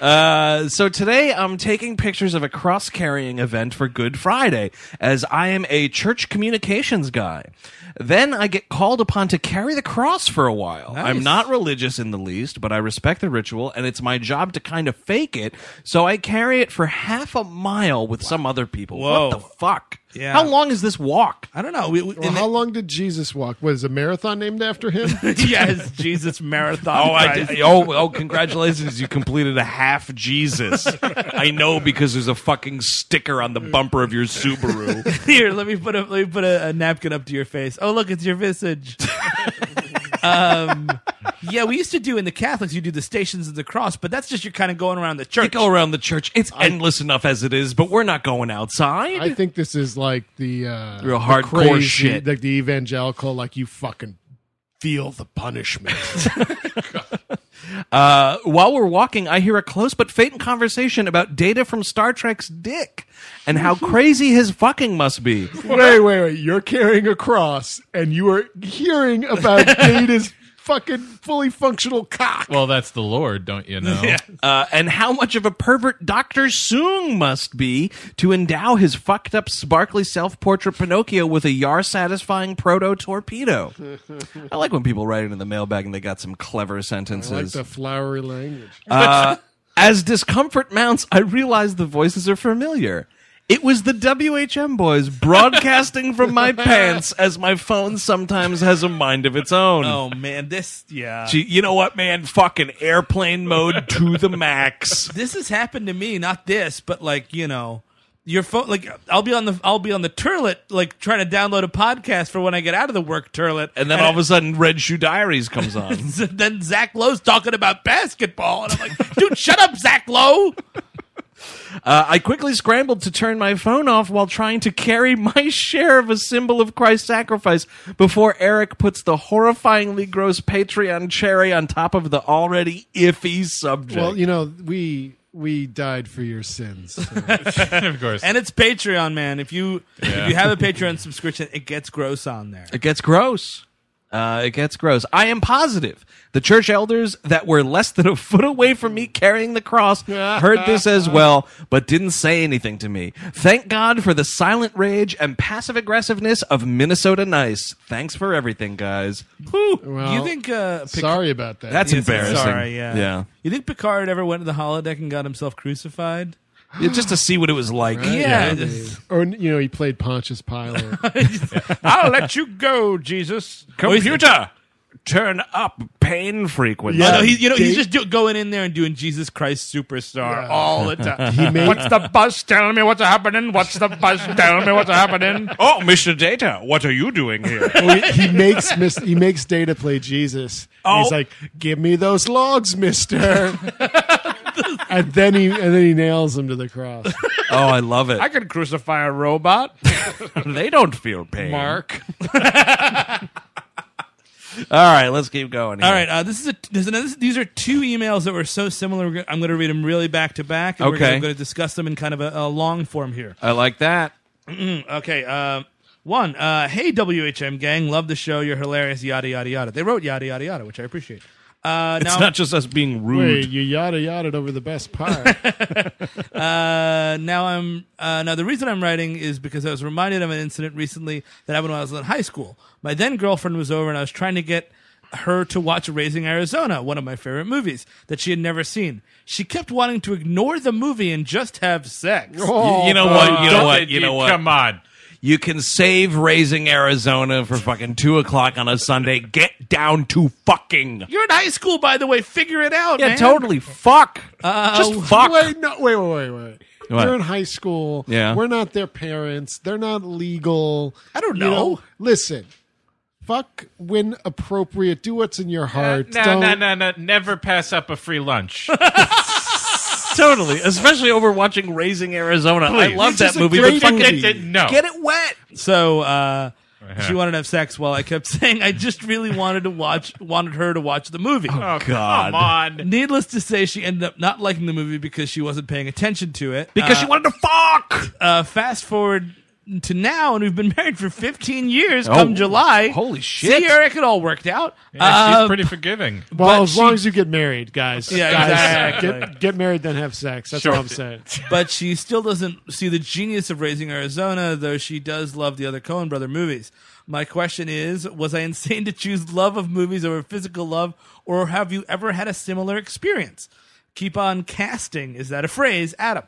Uh, so today I'm taking pictures of a cross carrying event for Good Friday, as I am a church communications guy. Then I get called upon to carry the cross for a while. I'm not religious in the least, but I respect the ritual, and it's my job to kind of fake it. So I carry it for half a mile with some other people. Whoa. What the fuck? Yeah. How long is this walk? I don't know. We, we, Well, and how long did Jesus walk? Was a marathon named after him? it- yes, Jesus marathon. Oh, I, Christ. oh, oh, congratulations. You completed a half Jesus. I know because there's a fucking sticker on the bumper of your Subaru. Here, let me put a let me put a, a napkin up to your face. Oh, look, it's your visage. um, yeah, we used to do in the Catholics. You do the stations of the cross, but that's just you're kind of going around the You church. go around the church. It's endless enough as it is, but we're not going outside. I think this is like the uh, Real the hardcore crazy- shit. like the evangelical, like you fucking feel the punishment. Uh, while we're walking, I hear a close but faint conversation about data from Star Trek's dick and how crazy his fucking must be. wait, wait, wait! You're carrying a cross, and you are hearing about Data's fucking fully functional cock. Well, that's the Lord, don't you know? Uh, and how much of a pervert Dr. Soong must be to endow his fucked up, sparkly self portrait Pinocchio with a yar satisfying proto torpedo. I like when people write into the mailbag and they got some clever sentences. like the flowery language. Uh, As discomfort mounts, I realize the voices are familiar. It was the WHM boys broadcasting from my pants as my phone sometimes has a mind of its own. Oh man, this yeah. Gee, you know what, man? Fucking airplane mode to the max. this has happened to me not this but like you know your phone like i'll be on the i'll be on the turlet like trying to download a podcast for when i get out of the work turlet And then all of a sudden, Red Shoe Diaries comes on. then zach lowe's talking about basketball and i'm like dude shut up zach lowe Uh, I quickly scrambled to turn my phone off while trying to carry my share of a symbol of Christ's sacrifice before Eric puts the horrifyingly gross Patreon cherry on top of the already iffy subject. Well, you know, we we died for your sins. so- of course. and it's patreon man if you if you have a patreon subscription it gets gross on there It gets gross. Uh, it gets gross. I am positive the church elders that were less than a foot away from me carrying the cross heard this as well, but didn't say anything to me. Thank God for the silent rage and passive aggressiveness of Minnesota Nice. Thanks for everything, guys. Whew. Well, you think uh Pic- sorry about that. That's yes, embarrassing. sorry, yeah. yeah. you think picard ever went to the holodeck and got himself crucified Yeah, Just to see what it was like. yeah, or you know, he played Pontius Pilate. i'll let you go jesus Computer, turn up pain frequency. Oh, no, Yeah. he's you know he's Date- just do, going in there and doing Jesus Christ Superstar Yeah. all the time. He made What's the buzz telling me what's happening? What's the buzz telling me what's happening? Oh, Mr. Data, what are you doing here? he, he makes mis- he makes Data play Jesus. And He's Oh. like, "Give me those logs, Mister." and then he and then he nails him to the cross. oh, I love it. I can crucify a robot. they don't feel pain. Mark. All right, let's keep going. All right, uh, this is a there's another, these are two emails that were so similar. We're gonna, I'm going to read them really back to back. and We're Okay. going to discuss them in kind of a, a long form here. I like that. Okay. Um, one, uh, hey WHM gang, love the show. You're hilarious. Yada yada yada. They wrote yada yada yada, which I appreciate. Uh, It's now, not just us being rude. Wait, you yada yadaed over the best part. Uh, now I'm uh, now the reason I'm writing is because I was reminded of an incident recently that happened when I was in high school. My then girlfriend was over and I was trying to get her to watch Raising Arizona, one of my favorite movies that she had never seen. She kept wanting to ignore the movie and just have sex. Oh. You know what? You know what? You know what? Come on. You can save raising Arizona for fucking two o'clock on a Sunday. Get down to fucking. You're in high school, by the way. Figure it out, Yeah, man. totally. Fuck. Just fuck. Wait, no, wait, wait, wait, wait. What? They're in high school. Yeah. We're not their parents. They're not legal. I don't You know. Listen, fuck when appropriate. Do what's Uh, in your heart. No, don't, no, no, no. Never pass up a free lunch. totally. Especially over watching Raising Arizona. I Please. love It's that just a movie. great But fucking movie. no. get it wet. So uh, she wanted to have sex while I kept saying I just really wanted to watch wanted her to watch the movie. Oh, God. Come on. Needless to say, she ended up not liking the movie because she wasn't paying attention to it. Because Uh, she wanted to fuck. uh, fast forward to now, and we've been married for 15 years. come July, Oh, holy See, shit. Eric, it all worked out. Yeah, Uh, she's pretty forgiving. Well, But as she- long as you get married, guys. Yeah, Guys, exactly. Get, get married, then have sex. That's what I'm saying. but she still doesn't see the genius of raising Arizona, though she does love the other Coen brother movies. My question is, was I insane to choose love of movies over physical love, or have you ever had a similar experience? Keep on casting. Is that a phrase, Adam?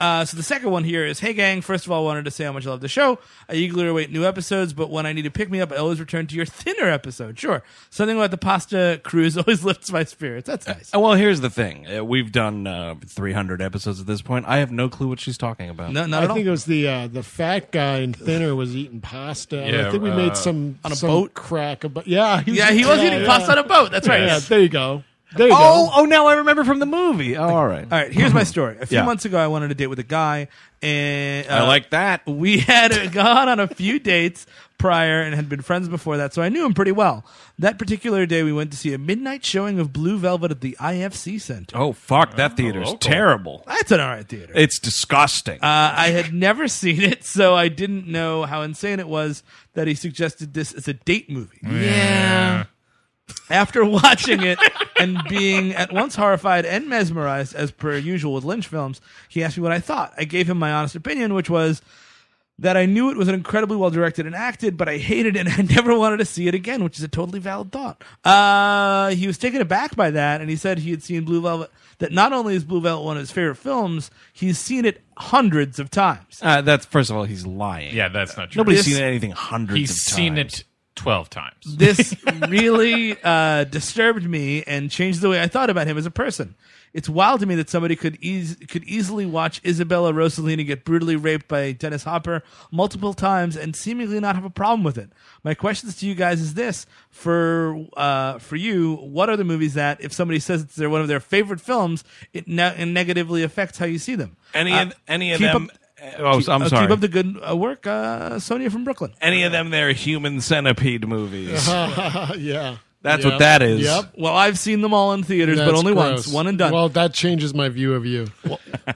Uh, so the second one here is, hey gang. First of all, I wanted to say how much I love the show. I eagerly await new episodes, but when I need to pick me up, I always return to your thinner episode. Sure, something about the pasta cruise always lifts my spirits. That's nice. Uh, Well, here's the thing. Uh, We've done uh, 300 episodes at this point. I have no clue what she's talking about. No, not I at all. think it was the uh, the fat guy in thinner was eating pasta. Yeah, I think we uh, made some on a some boat? crack. About, yeah, he Yeah, he was yeah, eating yeah. pasta on a boat. That's right. Yeah, there you go. There you Oh, go. oh, now I remember from the movie. Oh, all right. All right, here's my story. A few Yeah. months ago, I wanted to date with a guy, and uh, I like that. we had gone on a few dates prior and had been friends before that, so I knew him pretty well. That particular day, we went to see a midnight showing of Blue Velvet at the IFC Center. Oh, fuck. That theater's local. terrible. That's an alright theater. It's disgusting. Uh, I had never seen it, so I didn't know how insane it was that he suggested this as a date movie. Yeah. After watching it and being at once horrified and mesmerized, as per usual with Lynch films, he asked me what I thought. I gave him my honest opinion, which was that I knew it was incredibly well directed and acted, but I hated it and I never wanted to see it again, which is a totally valid thought. Uh, he was taken aback by that, and he said he had seen Blue Velvet, that not only is Blue Velvet one of his favorite films, he's seen it hundreds of times. Uh, that's, first of all, he's lying. Yeah, that's not true. Nobody's This- seen anything hundreds He's of times. seen it 12 times. this really uh, disturbed me and changed the way I thought about him as a person. It's wild to me that somebody could eas- could easily watch Isabella Rossellini get brutally raped by Dennis Hopper multiple times and seemingly not have a problem with it. My questions to you guys is this: for uh, for you, what are the movies that, if somebody says it's their one of their favorite films, it, ne- it negatively affects how you see them? Any Uh, of, any of keep them. up- oh, I'm uh, sorry. Keep up the good uh, work, uh, Sonia from Brooklyn. any of them, they're human centipede movies. yeah. That's Yep. what that is. Yep. Well, I've seen them all in theaters, but That's only gross. once, one and done. Well, that changes my view of you.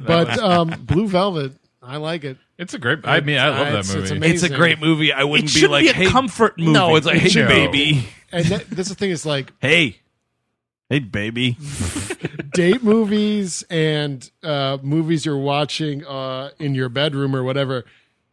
but um, Blue Velvet, I like it. It's a great. I mean, I love It's- that it's movie. amazing. It's a great movie. I wouldn't be should like, be a hey, comfort movie. No, it's like, It hey, should be. baby. And that, that's the thing is like Hey. Hey, baby. date movies and uh, movies you're watching uh, in your bedroom or whatever.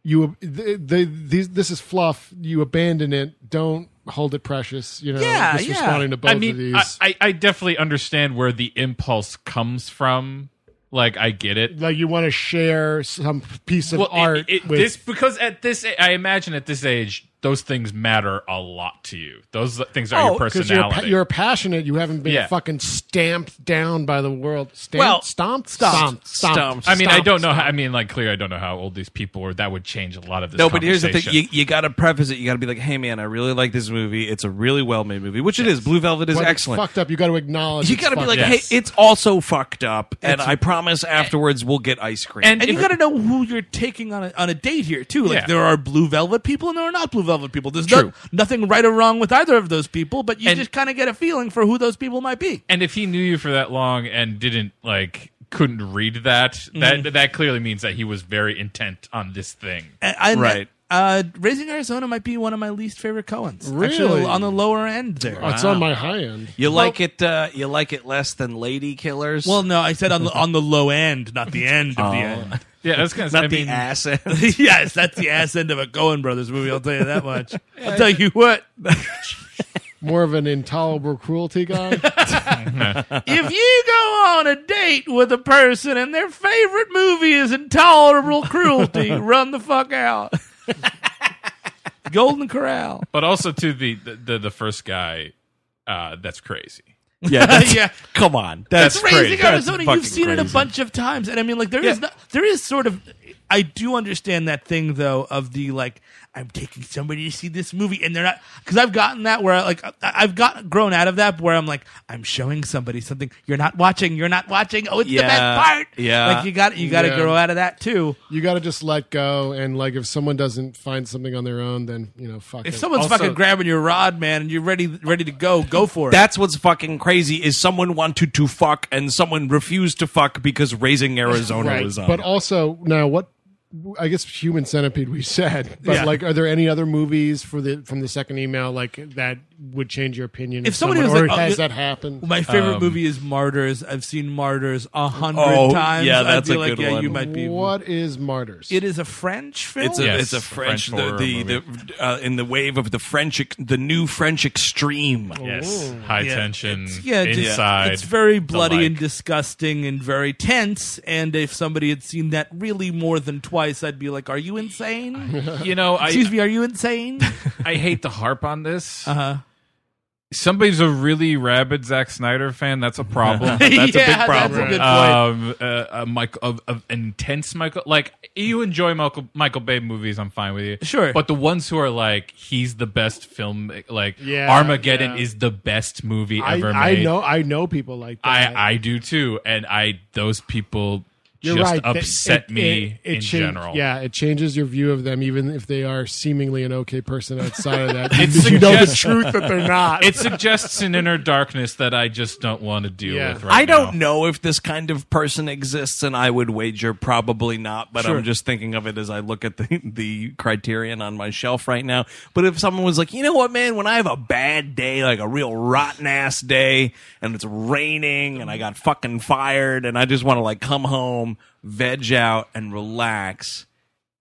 You the, the, these, this is fluff. You abandon it. Don't hold it precious. You know, Yeah, just yeah. responding to both I of mean, these. I, I, I definitely understand where the impulse comes from. Like, I get it. like you want to share some piece of it- art it- with this because at this a- i imagine at this age those things matter a lot to you those things are your because you're, pa- personality you're passionate. You haven't been Yeah. fucking stamped down by the world. Stamped, Well, stomped, stomped, stomped, stomped. stomped. i mean i stomped. don't know how, i mean like clearly i don't know how old these people were that would change a lot of this No, but here's the thing: conversation. you, you got to preface it. You got to be like, "Hey, man, I really like this movie. It's a really well-made movie, which it is. Blue Velvet is But it's excellent. Fucked up. You got to acknowledge. you it's got to be fucked like, up. Yes. "Hey, it's also fucked up." And I promise, afterwards, we'll get ice cream. and, And you if- got to know who you're taking on a, on a date here too. Like Yeah. there are blue velvet people and there are not blue velvet people. There's True. no, nothing right or wrong with either of those people, but you And- just kind of get a feeling for who those people might be. and if he knew you for that long and didn't like couldn't read that that that clearly means that he was very intent on this thing And, and, Right. Uh, Raising Arizona might be one of my least favorite Coens. Really? Actually, on the lower end there. Oh, it's on my high end. you like it? Uh, you like it less than Lady Killers? Well, no, I said on the on the low end, not the end Oh. of the end. yeah that's kind of not I the mean, ass. yes, that's the ass end of a Coen Brothers movie. I'll tell you that much. I'll tell you what. More of an intolerable cruelty guy. if you go on a date with a person and their favorite movie is intolerable cruelty, run the fuck out. Golden Corral. But also to the the, the, the first guy, uh, that's crazy. Yeah, that's- Yeah. Come on. That's, Raising crazy. Arizona, fucking you've seen it a crazy. bunch of times, and I mean, like there is Yeah. not, there is sort of. I do understand that thing though of the like I'm taking somebody to see this movie and they're not because I've gotten that where I, like I- I've got grown out of that where I'm like I'm showing somebody something you're not watching you're not watching oh it's the Yeah. best part Yeah. like you got you got to Yeah. grow out of that too You got to just let go, and like if someone doesn't find something on their own, then you know, fuck if it. someone's Also- fucking grabbing your rod man and you're ready ready to go go for it That's what's fucking crazy is someone wanted to fuck and someone refused to fuck because Raising Arizona right. was on. But also now, what? I guess Human Centipede. We said, but Yeah. like, are there any other movies for the from the second email like that would change your opinion? If somebody someone- was like, or oh, has you- that happened? my favorite movie is Martyrs. I've seen Martyrs a hundred Um, Oh, times. yeah, that's I'd be a like, good yeah, one. you might be What is Martyrs? It is a French film. it's a Yes, it's a a French, French horror the the, the uh, in the wave of the French ex- the new French extreme. Yes, high Yeah, tension. it's- yeah, just- inside. it's very bloody like. and disgusting and very tense. And if somebody had seen that really more than twice, I'd be like, "Are you insane? you know, I Excuse me, are you insane?" I hate to harp on this. Uh huh. Somebody's a really rabid Zack Snyder fan. That's a problem. That's a Yeah, big that's a problem. good point. Um, uh, uh, Michael, of, of intense Michael. Like you enjoy Michael Michael Bay movies. I'm fine with you. Sure. But the ones who are like he's the best film. Like Yeah, Armageddon yeah. is the best movie I, ever I made. know. I know people like that. I I do too. And I those people You're just right. That- upset it- me it- it in change- general. Yeah, it changes your view of them, even if they are seemingly an okay person outside of that. It you know the suggests- truth that they're not. It suggests an inner darkness that I just don't want to deal Yeah. with right I don't now. know if this kind of person exists, and I would wager probably not. But I'm just thinking of it as I look at the, the criterion on my shelf right now. But if someone was like, you know what, man, when I have a bad day, like a real rotten ass day, and it's raining, and I got fucking fired, and I just want to like come home, veg out, and relax.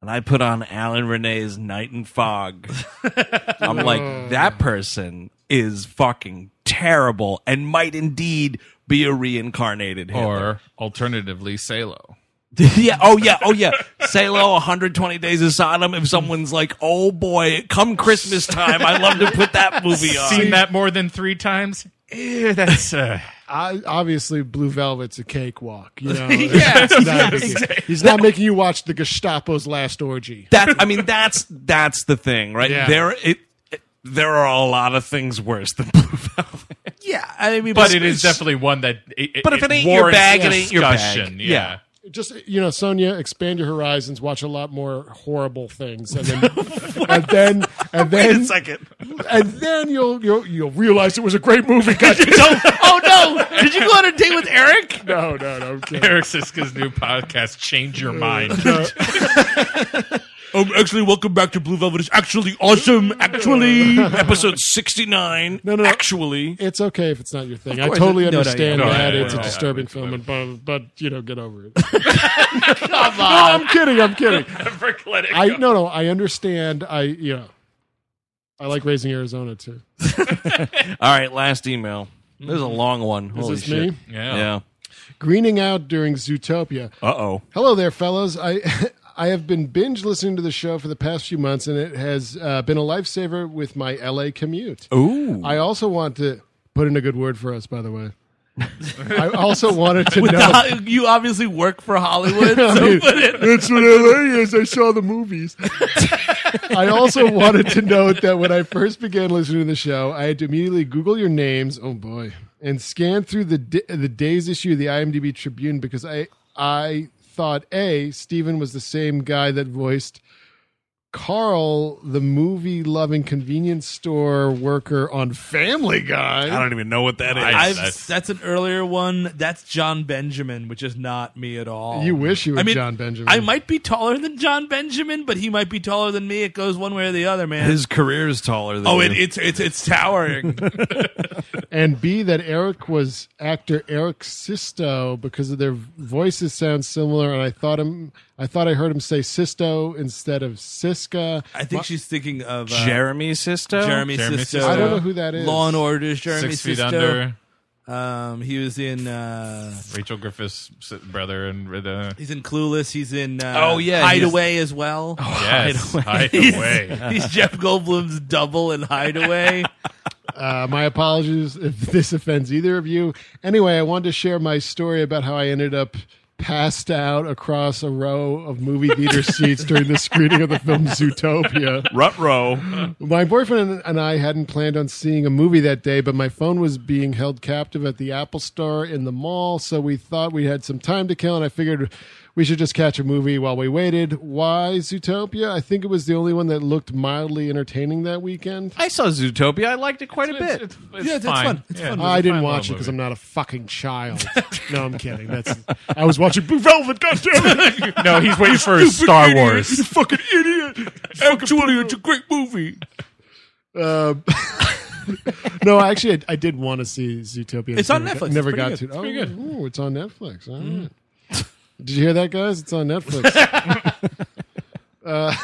And I put on Alan Renee's Night and Fog. I'm Mm. like, that person is fucking terrible and might indeed be a reincarnated Hitler. Or alternatively, Salo. yeah, oh yeah, oh yeah. Salo, 120 Days of Sodom. If someone's like, oh boy, come Christmas time, I love to put that movie on. Seen that more than three times? Ew, that's uh, I, obviously, Blue Velvet's a cakewalk. You know, Yeah, It's not a big deal. he's not making you watch the Gestapo's last orgy. That's, I mean, that's that's the thing, right? Yeah. There, it, it- there are a lot of things worse than Blue Velvet. yeah, I mean, but it is definitely one that. It, But if it ain't your warrants bag, it ain't your bag. discussion, Yeah. Yeah. Just you know, Sonia, expand your horizons. Watch a lot more horrible things, and then and then Wait and then, a second. and then you'll you'll you'll realize it was a great movie. God, oh no! Did you go on a date with Eric? no, no, no. I'm kidding. Eric Siska's new podcast, Change Uh, Your Mind. Um, actually, welcome back to Blue Velvet. It's actually awesome. Actually, Episode 69. No, no, no. Actually, It's okay if it's not your thing. I course. totally No, no, understand yeah. No, that. yeah, it's yeah, a yeah. disturbing film, and but, but you know, get over it. No, I'm kidding. I'm kidding. Never let it I go. no, no. I understand. I you know, I like raising Arizona too. all right. Last email. This is a long one. Is Holy this shit. me? Yeah. yeah. Greening out during Zootopia. Uh oh. Hello there, fellas. I I have been binge listening to the show for the past few months, and it has uh, been a lifesaver with my LA commute. Ooh. I also want to put in a good word for us, by the way. I also wanted to know. you obviously work for Hollywood. I So mean, put it. That's what LA is. I saw the movies. I also wanted to note that when I first began listening to the show, I had to immediately Google your names. Oh boy, and scan through the di- the day's issue of the IMDb Tribune because I I thought a Steven was the same guy that voiced Carl, the movie loving convenience store worker on Family Guy. I don't even know what that is. I've, that's- that's, an earlier one. That's John Benjamin, which is not me at all. You wish you were I mean, John Benjamin. I might be taller than John Benjamin, but he might be taller than me. It goes one way or the other, man. His career is taller than oh, it, you. it's it's it's towering. and B that Eric was actor Eric Sisto because of their voices sound similar, and I thought him, I thought I heard him say Sisto instead of Siska. I think she's thinking of uh, Jeremy Sisto. Jeremy Jeremy Sisto. Sisto. I don't know who that is. Law and Order's Jeremy Six feet Sisto. under. Um, he was in uh, Rachel Griffiths' brother and uh, he's in Clueless. He's in uh, Oh, yeah, Oh. he's- Hideaway as well. yes, He's- Hideaway. he's Jeff Goldblum's double in Hideaway. Uh, my apologies if this offends either of you. Anyway, I wanted to share my story about how I ended up passed out across a row of movie theater seats during the screening of the film Zootopia. Rut row. My boyfriend and I hadn't planned on seeing a movie that day, but my phone was being held captive at the Apple Store in the mall, so we thought we had some time to kill, and I figured we should just catch a movie while we waited. Why Zootopia? I think it was the only one that looked mildly entertaining that weekend. I saw Zootopia. I liked it quite a bit. It's, Yeah, it's fine. fun. It's fun. I didn't watch it little because I'm not a fucking child. no, I'm kidding. That's I was watching Blue Velvet. Goddamn it! no, he's waiting for his Star Wars. fucking idiot. Actually, it's a great movie. Uh, no, actually, I, I did want to see Zootopia. It's on Never got- Netflix. Never It's got pretty Mm. to. oh, ooh, it's on Netflix. All right. Did you hear that, guys? It's on Netflix. uh,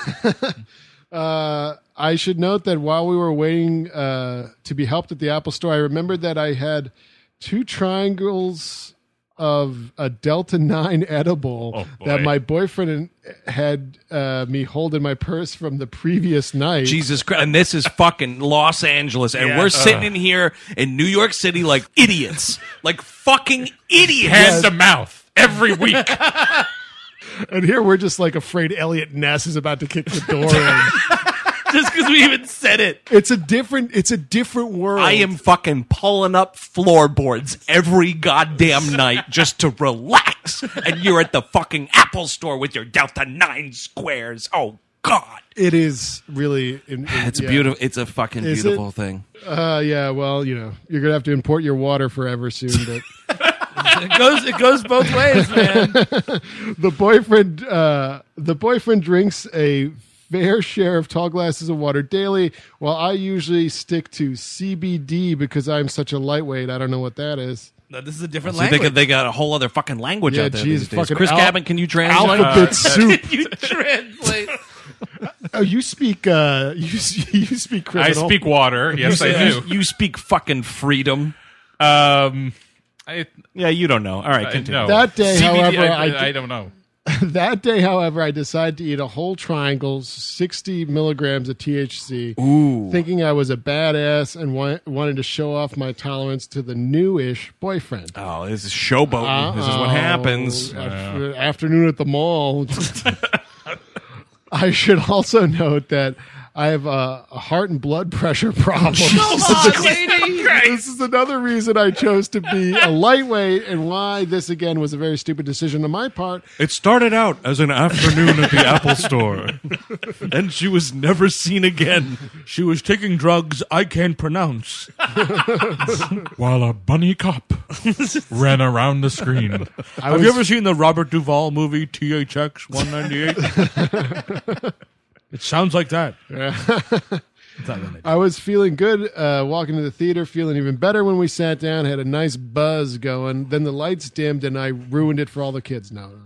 uh, I should note that while we were waiting uh, to be helped at the Apple Store, I remembered that I had two triangles of a Delta Nine edible Oh, boy. that my boyfriend had uh, me hold in my purse from the previous night. Jesus Christ. And this is fucking Los Angeles. And we're sitting in here in New York City like idiots. like fucking idiots. Hand to mouth every week. And here we're just like afraid Elliot Ness is about to kick the door in. Just because we even said it. It's a different it's a different world. I am fucking pulling up floorboards every goddamn night just to relax. And you're at the fucking Apple store with your Delta 9 squares. Oh, God. it is really in, in- It's yeah. beautiful. It's a fucking Is beautiful it? thing. Uh yeah, well, you know, you're going to have to import your water forever soon, but It goes, it goes both ways, man. the boyfriend uh, the boyfriend drinks a fair share of tall glasses of water daily while I usually stick to CBD because I'm such a lightweight. I don't know what that is. No, this is a different So they, language. got, they got a whole other fucking language Yeah, out there. geez, these days. fucking Chris al- Cabin, can you translate? Alphabet soup. you translate. Oh, you speak uh you s- you speak I criminal. speak water. Yes, I you, do. you speak fucking freedom. Um, I, Yeah, you don't know. All right, I continue. no. That day, however, I, I- I don't know. That day, however, I decided to eat a whole triangle, 60 milligrams of THC, thinking I was a badass and wa- wanted to show off my tolerance to the newish boyfriend. Oh, this is showboating. This is what Uh-oh. happens. After- afternoon at the mall. I should also note that I have a, a heart and blood pressure problem. this is another reason I chose to be a lightweight and why this, again, was a very stupid decision on my part. It started out as an afternoon at the Apple Store, and she was never seen again. She was taking drugs I can't pronounce. While a bunny cop ran around the screen. I Have was- you ever seen the Robert Duvall movie THX 198? it sounds like that. It's not really. I was feeling good uh, walking to the theater, feeling even better when we sat down, had a nice buzz going. Then the lights dimmed and I ruined it for all the kids. No. no.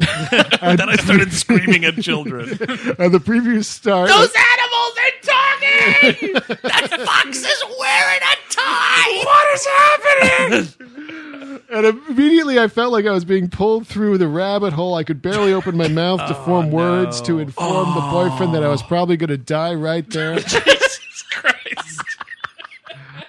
then I started screaming at children. Uh, the preview star. animals are talking! That fox is wearing a tie! What is happening? And immediately I felt like I was being pulled through the rabbit hole. I could barely open my mouth to form words to inform the boyfriend that I was probably going to die right there. Jesus Christ.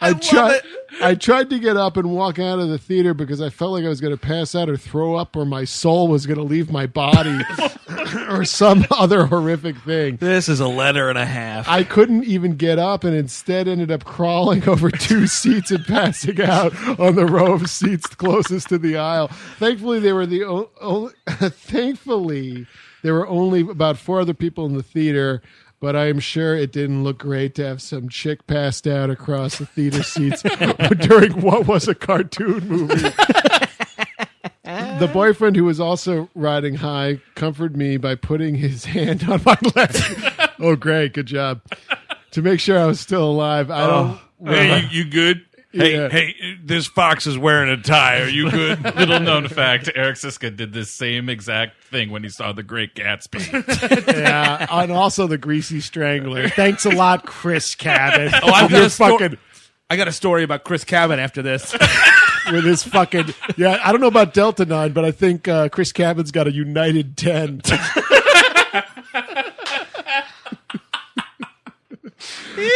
I, tried. I tried to get up and walk out of the theater because I felt like I was going to pass out or throw up or my soul was going to leave my body or some other horrific thing. This is a letter and a half. I couldn't even get up and instead ended up crawling over two seats and passing out on the row of seats closest to the aisle. Thankfully, they were the o- only. thankfully, there were only about four other people in the theater. But I am sure it didn't look great to have some chick passed out across the theater seats during what was a cartoon movie the boyfriend who was also riding high comforted me by putting his hand on my leg. oh, great, good job. To make sure I was still alive. I don't. Hey, you good? Yeah. Uh-huh. Hey, hey, this fox is wearing a tie. Are you good? Little known fact: Eric Siska did this same exact thing when he saw The Great Gatsby. Oh. Yeah, and also the greasy strangler. Thanks a lot, Chris Cabot. Oh, I've got You're a sto- fucking. I got a story about Chris Cabin after this. with his fucking yeah. I don't know about Delta Nine, but I think uh, Chris Cabin's got a United Ten.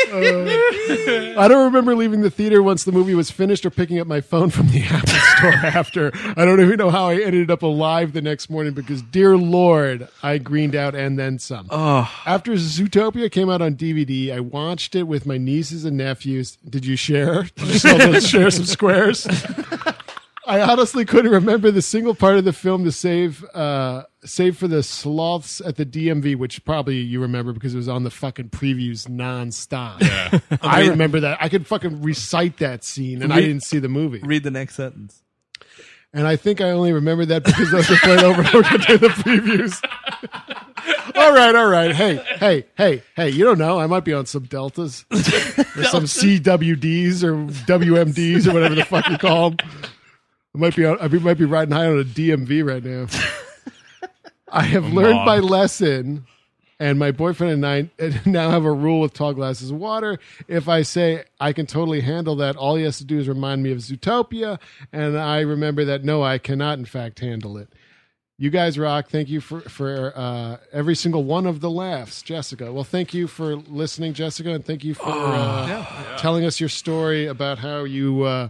Uh, I don't remember leaving the theater once the movie was finished or picking up my phone from the Apple store after. I don't even know how I ended up alive the next morning because, dear Lord, I greened out and then some. After Zootopia came out on DVD, I watched it with my nieces and nephews. Did you share? Did you sell those- share some squares? I honestly couldn't remember the single part of the film to save, uh, save for the sloths at the DMV, which probably you remember because it was on the fucking previews nonstop. I remember that. I could fucking recite that scene, and I Re- didn't see the movie. Read the next sentence. And I think I only remember that because those were played over and over during the previews. all right, all right. Hey, hey, hey, hey, you don't know. I might be on some deltas or some CWDs or WMDs or whatever the fuck you call them. I might be, on, I might be riding high on a DMV right now. I have learned my lesson and my boyfriend and I now have a rule with tall glasses of water. If I say I can totally handle that, all he has to do is remind me of Zootopia, and I remember that no, I cannot in fact handle it. You guys rock. Thank you for for uh, every single one of the laughs, Jessica. Well, thank you for listening, Jessica, and thank you for uh, telling us your story about how you uh,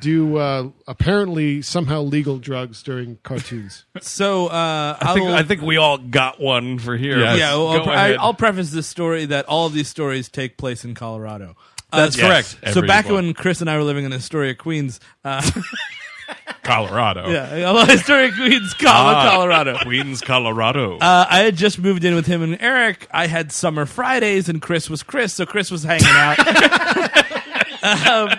do uh, apparently somehow legal drugs during cartoons. So uh, I think, I'll- I think we all got one for here. Yes. yeah, well, I'll, Go pre- ahead. I, will preface this story that all of these stories take place in Colorado. That's correct. So Every back one. when Chris and I were living in Astoria, Queens, uh, Colorado. yeah, well, Astoria, Queens, comma, Ah, Colorado. Queens, Colorado. Uh, I had just moved in with him and Eric. I had summer Fridays, and Chris was Chris, so Chris was hanging out. um,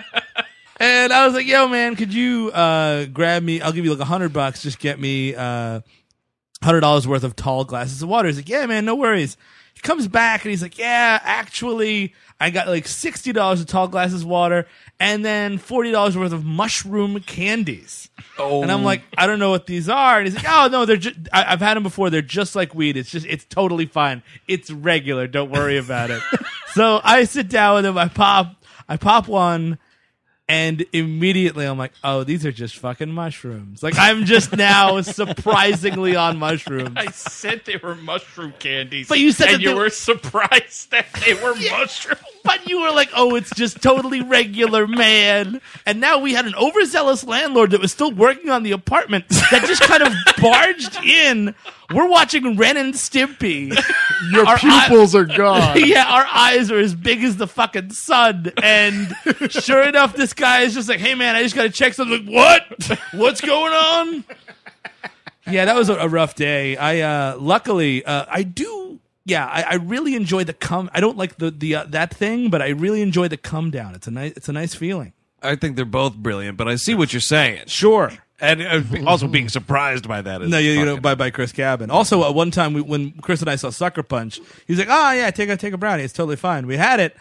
and I was like, "Yo, man, could you uh, grab me? I'll give you like a hundred bucks. Just get me uh, hundred dollars worth of tall glasses of water." He's like, "Yeah, man, no worries." He comes back and he's like, "Yeah, actually, I got like sixty dollars of tall glasses of water, and then forty dollars worth of mushroom candies." And I'm like, "I don't know what these are." And he's like, "Oh no, they're just I- I've had them before. They're just like weed. It's just it's totally fine. It's regular. Don't worry about it." so I sit down with him. I pop I pop one. And immediately I'm like, oh, these are just fucking mushrooms. Like I'm just now surprisingly on mushrooms. I said they were mushroom candies. But you said and that you they- were surprised that they were mushroom. But you were like, oh, it's just totally regular, man. And now we had an overzealous landlord that was still working on the apartment that just kind of barged in. We're watching Ren and Stimpy. Your Our eye- pupils are gone. yeah, our eyes are as big as the fucking sun. And sure enough, this guy is just like, hey, man, I just got to check something. Like, what? What's going on? Yeah, that was a, a rough day. I uh, luckily uh, I do. Yeah, I, I really enjoy the come. I don't like the the uh, that thing, but I really enjoy the come down. It's a nice it's a nice feeling. I think they're both brilliant, but I see what you're saying. Sure. And uh, be- also being surprised by that is No, you, you know, fucking- bye bye, Chris Cabin. Also, uh, one time we, when Chris and I saw Sucker Punch, he's like, "Oh yeah, take a take a brownie. It's totally fine." We had it.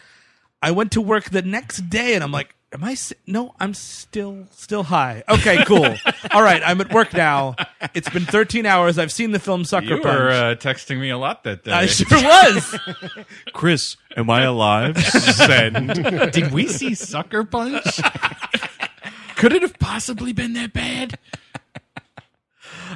I went to work the next day, and I'm like, "Am I? Si- no, I'm still still high." Okay, cool. All right, I'm at work now. It's been 13 hours. I've seen the film Sucker You Punch. were uh, texting me a lot that day. I sure was. Chris, am I alive? Send. Did we see Sucker Punch? Could it have possibly been that bad?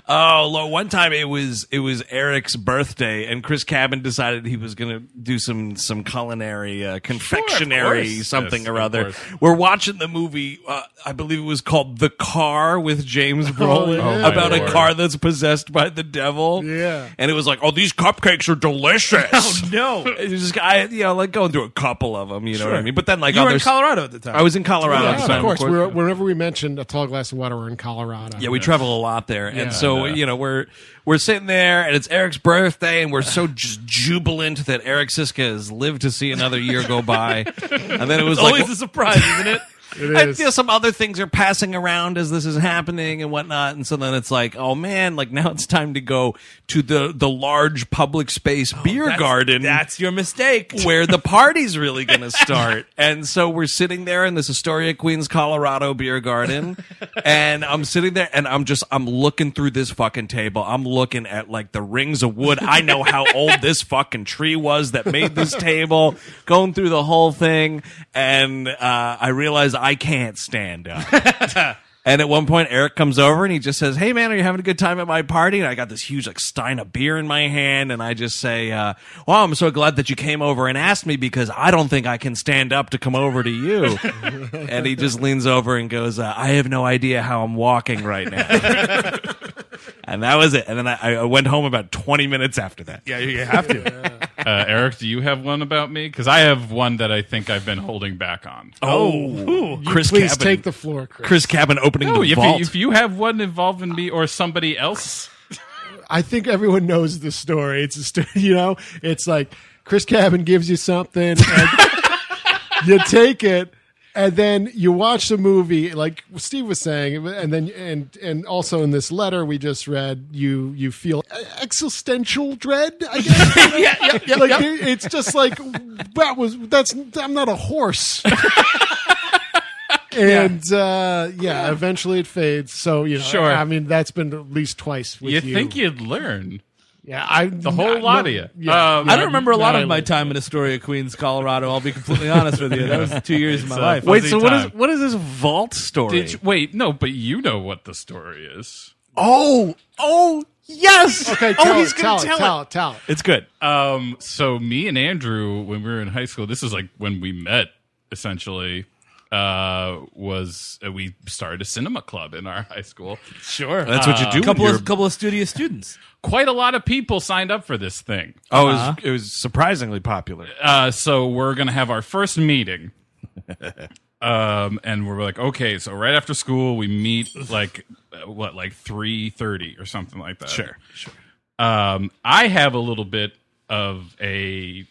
Oh, Lord, one time it was it was Eric's birthday, and Chris Cabin decided he was going to do some some culinary uh, confectionery course. something Yes, or of other. course. We're watching the movie. Uh, I believe it was called The Car with James Brolin yeah. Oh, my about a Lord. car that's possessed by the devil. Yeah. and it was like, oh, these cupcakes are delicious. oh no. It was just I, you know, like going through a couple of them. You know what I mean? But then like You were in others, Colorado at the time. I was in Colorado. Yeah, at the of time, course. We're, whenever we mentioned a tall glass of water, we're in Colorado. Yeah, we travel a lot there, and so you know we're we're sitting there, and it's Eric's birthday, and we're so just jubilant that Eric Siska has lived to see another year go by, and then it was like always a surprise, isn't it? It I is. feel some other things are passing around as this is happening and whatnot, and so then it's like, oh man, like now it's time to go to the the large public space beer That's- garden That's your mistake. where the party's really going to start. And so we're sitting there in this Astoria, Queens, Colorado beer garden. And I'm sitting there and I'm just, I'm looking through this fucking table. I'm looking at like the rings of wood. I know how old this fucking tree was that made this table, going through the whole thing. And uh, I realize I can't stand up. And at one point, Eric comes over and he just says, "Hey man, are you having a good time at my party?" And I got this huge like stein of beer in my hand, and I just say, uh, "Well, I'm so glad that you came over and asked me because I don't think I can stand up to come over to you." and he just leans over and goes, uh, "I have no idea how I'm walking right now." and that was it. And then I, I went home about 20 minutes after that. Yeah, you have to. Uh, Eric, do you have one about me? Because I have one that I think I've been holding back on. Oh, Chris Please Cabin. take the floor, Chris. Chris Cabin opening No, the if you, vault. if you have one involving me or somebody else, I think everyone knows the story. It's a story, you know, it's like Chris Cabin gives you something, and you take it, and then you watch the movie, like Steve was saying, and then and and also in this letter we just read, you you feel e-, existential dread. I guess. yeah, yeah, yeah, like it- it's just like that was that's I'm not a horse. And uh, yeah, eventually it fades. So you know, Sure. I mean, that's been at least twice. With you, think you'd learn yeah, I the whole lot of you. Um, I don't remember a lot no, of my I- time in Astoria, Queens, Colorado. I'll be completely honest with you. That was two years of my uh, life. Wait, Wait, so what time. is what is this vault story? Did you, wait, no, but you know what the story is. oh, oh, yes. Okay, oh, tell he's it, gonna tell, it, tell it, tell it. It's good. Um, so me and Andrew, when we were in high school, this is like when we met, essentially. Uh, was uh, we started a cinema club in our high school? Sure. That's what you do. when couple you're- of couple of studious students. Quite a lot of people signed up for this thing. oh, it was, it was surprisingly popular. uh, so we're gonna have our first meeting. um, and we're like, okay, so right after school we meet like uh, what, like three thirty or something like that. Sure, sure. Um, I have a little bit of a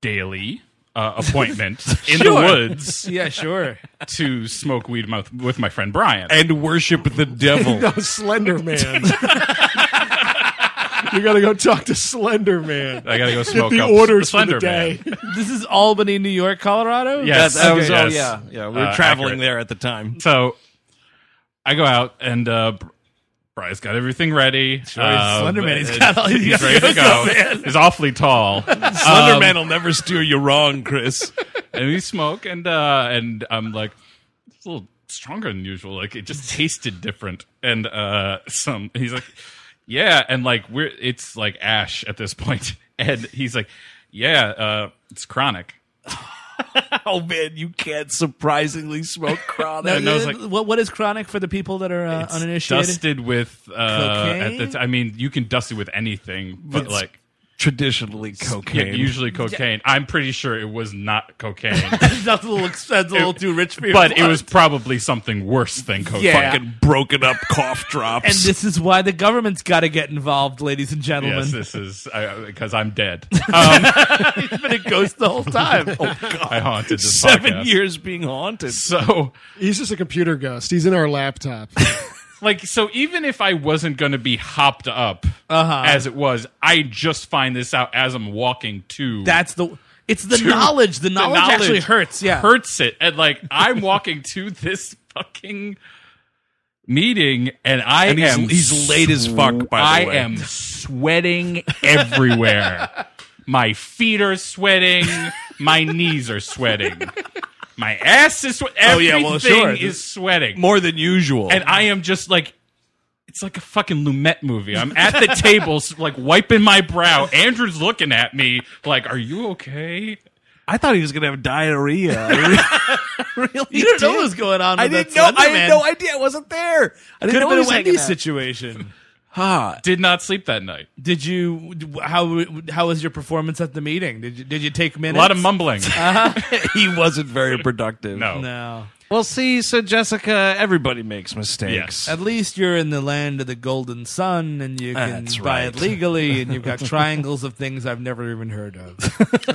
daily uh, appointment in the woods Yeah, sure. to smoke weed mouth with my friend Brian. And worship the devil. No, Slender Man. you gotta go talk to Slender Man. I gotta go smoke the up orders for the Slender day. Man. this is Albany, New York, Colorado. Yes, That- that was- oh, yes. yeah, yeah. We were Uh, traveling accurate. there at the time. So I go out and uh Br- Bry's got everything ready. Um, Sure, Oh, Slenderman, he's got all- Oh, he's ready to go. He's awfully tall. Slender Man will never steer you wrong, Chris. and we smoke and uh and I'm like it's a little stronger than usual. Like it just tasted different. And uh some he's like Yeah, and like we're it's like ash at this point. And he's like, Yeah, uh it's chronic. oh man, you can't surprisingly smoke chronic. Now, And I was uh, like- what what is chronic for the people that are uh, It's uninitiated? Dusted with uh at the Cocaine? t- I mean, you can dust it with anything, but It's like Traditionally, Yeah, cocaine. usually cocaine. I'm pretty sure it was not cocaine, That's a little, that's a little too rich for your but it was blood. probably something worse than cocaine. Yeah. fucking broken up cough drops. And this is why the government's got to get involved, ladies and gentlemen. Yes, this is because I'm dead. It's been a ghost the whole time. I haunted this seven podcast. years being haunted. So, He's just a computer ghost. He's in our laptop. like, so even if I wasn't going to be hopped up as it was, I just find this out as I'm walking to. That's the. It's the to- knowledge. The knowledge, actually knowledge hurts. Yeah. hurts it. And like, I'm walking to this fucking meeting, and I And he's- am he's late as fuck, by the I way. am sweating everywhere. My feet are sweating. My knees are sweating. My ass is sweating. Oh, Everything yeah, well, sure. is sweating. More than usual. and I am just like, it's like a fucking Lumet movie. I'm at the table, s- like wiping my brow. Andrew's looking at me, like, "Are you okay?" I thought he was gonna have diarrhea. I re- really You didn't know did. what was going on. I with didn't that know. Slender I had Man. no idea. I wasn't there. I Could didn't have know he been a was hanging Wendy's out. situation. Ah, Did not sleep that night. Did you? How how was your performance at the meeting? Did you did you take A minutes? lot of mumbling. Ah, he wasn't very productive. No. No. Well, see, so Jessica, everybody makes mistakes. Yes. At least you're in the land of the golden sun, and you can That's buy it right. legally, and you've got triangles of things I've never even heard of.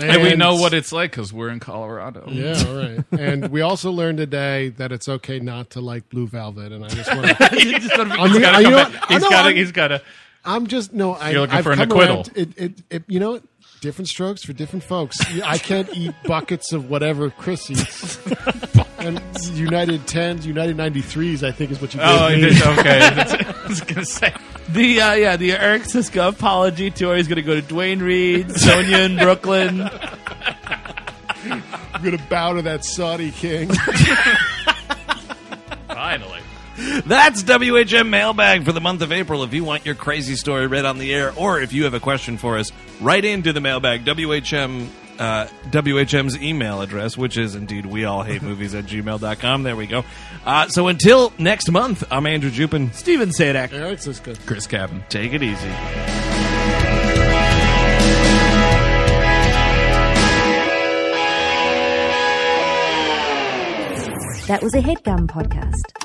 And we know what it's like because we're in Colorado. Yeah, all right. And we also learned today that it's okay not to like Blue Velvet. And I just want to. He's gotta I mean, I- come you know back. what? I He's know gotta- I'm- he's gotta. I'm just no. I, You're looking I've for an come acquittal. around- It, it, it, you know, different strokes for different folks. I can't eat buckets of whatever Chris eats. and United tens, United ninety threes. I think is what you. Oh, gave it me. is. okay. I was gonna say. The uh, yeah, the Eric Siska apology tour is going to go to Dwayne Reed, Sonia in Brooklyn. I'm gonna bow to that Saudi king. Finally. That's WHM Mailbag for the month of April. If you want your crazy story read on the air, or if you have a question for us, write into the mailbag, WHM. Uh, WHM's email address, which is indeed we all hate movies at gmail.com. There we go. Uh, so until next month, I'm Andrew Jupin. Steven Sadak. Eric Siska. Chris Cabin. Take it easy. That was a headgum podcast.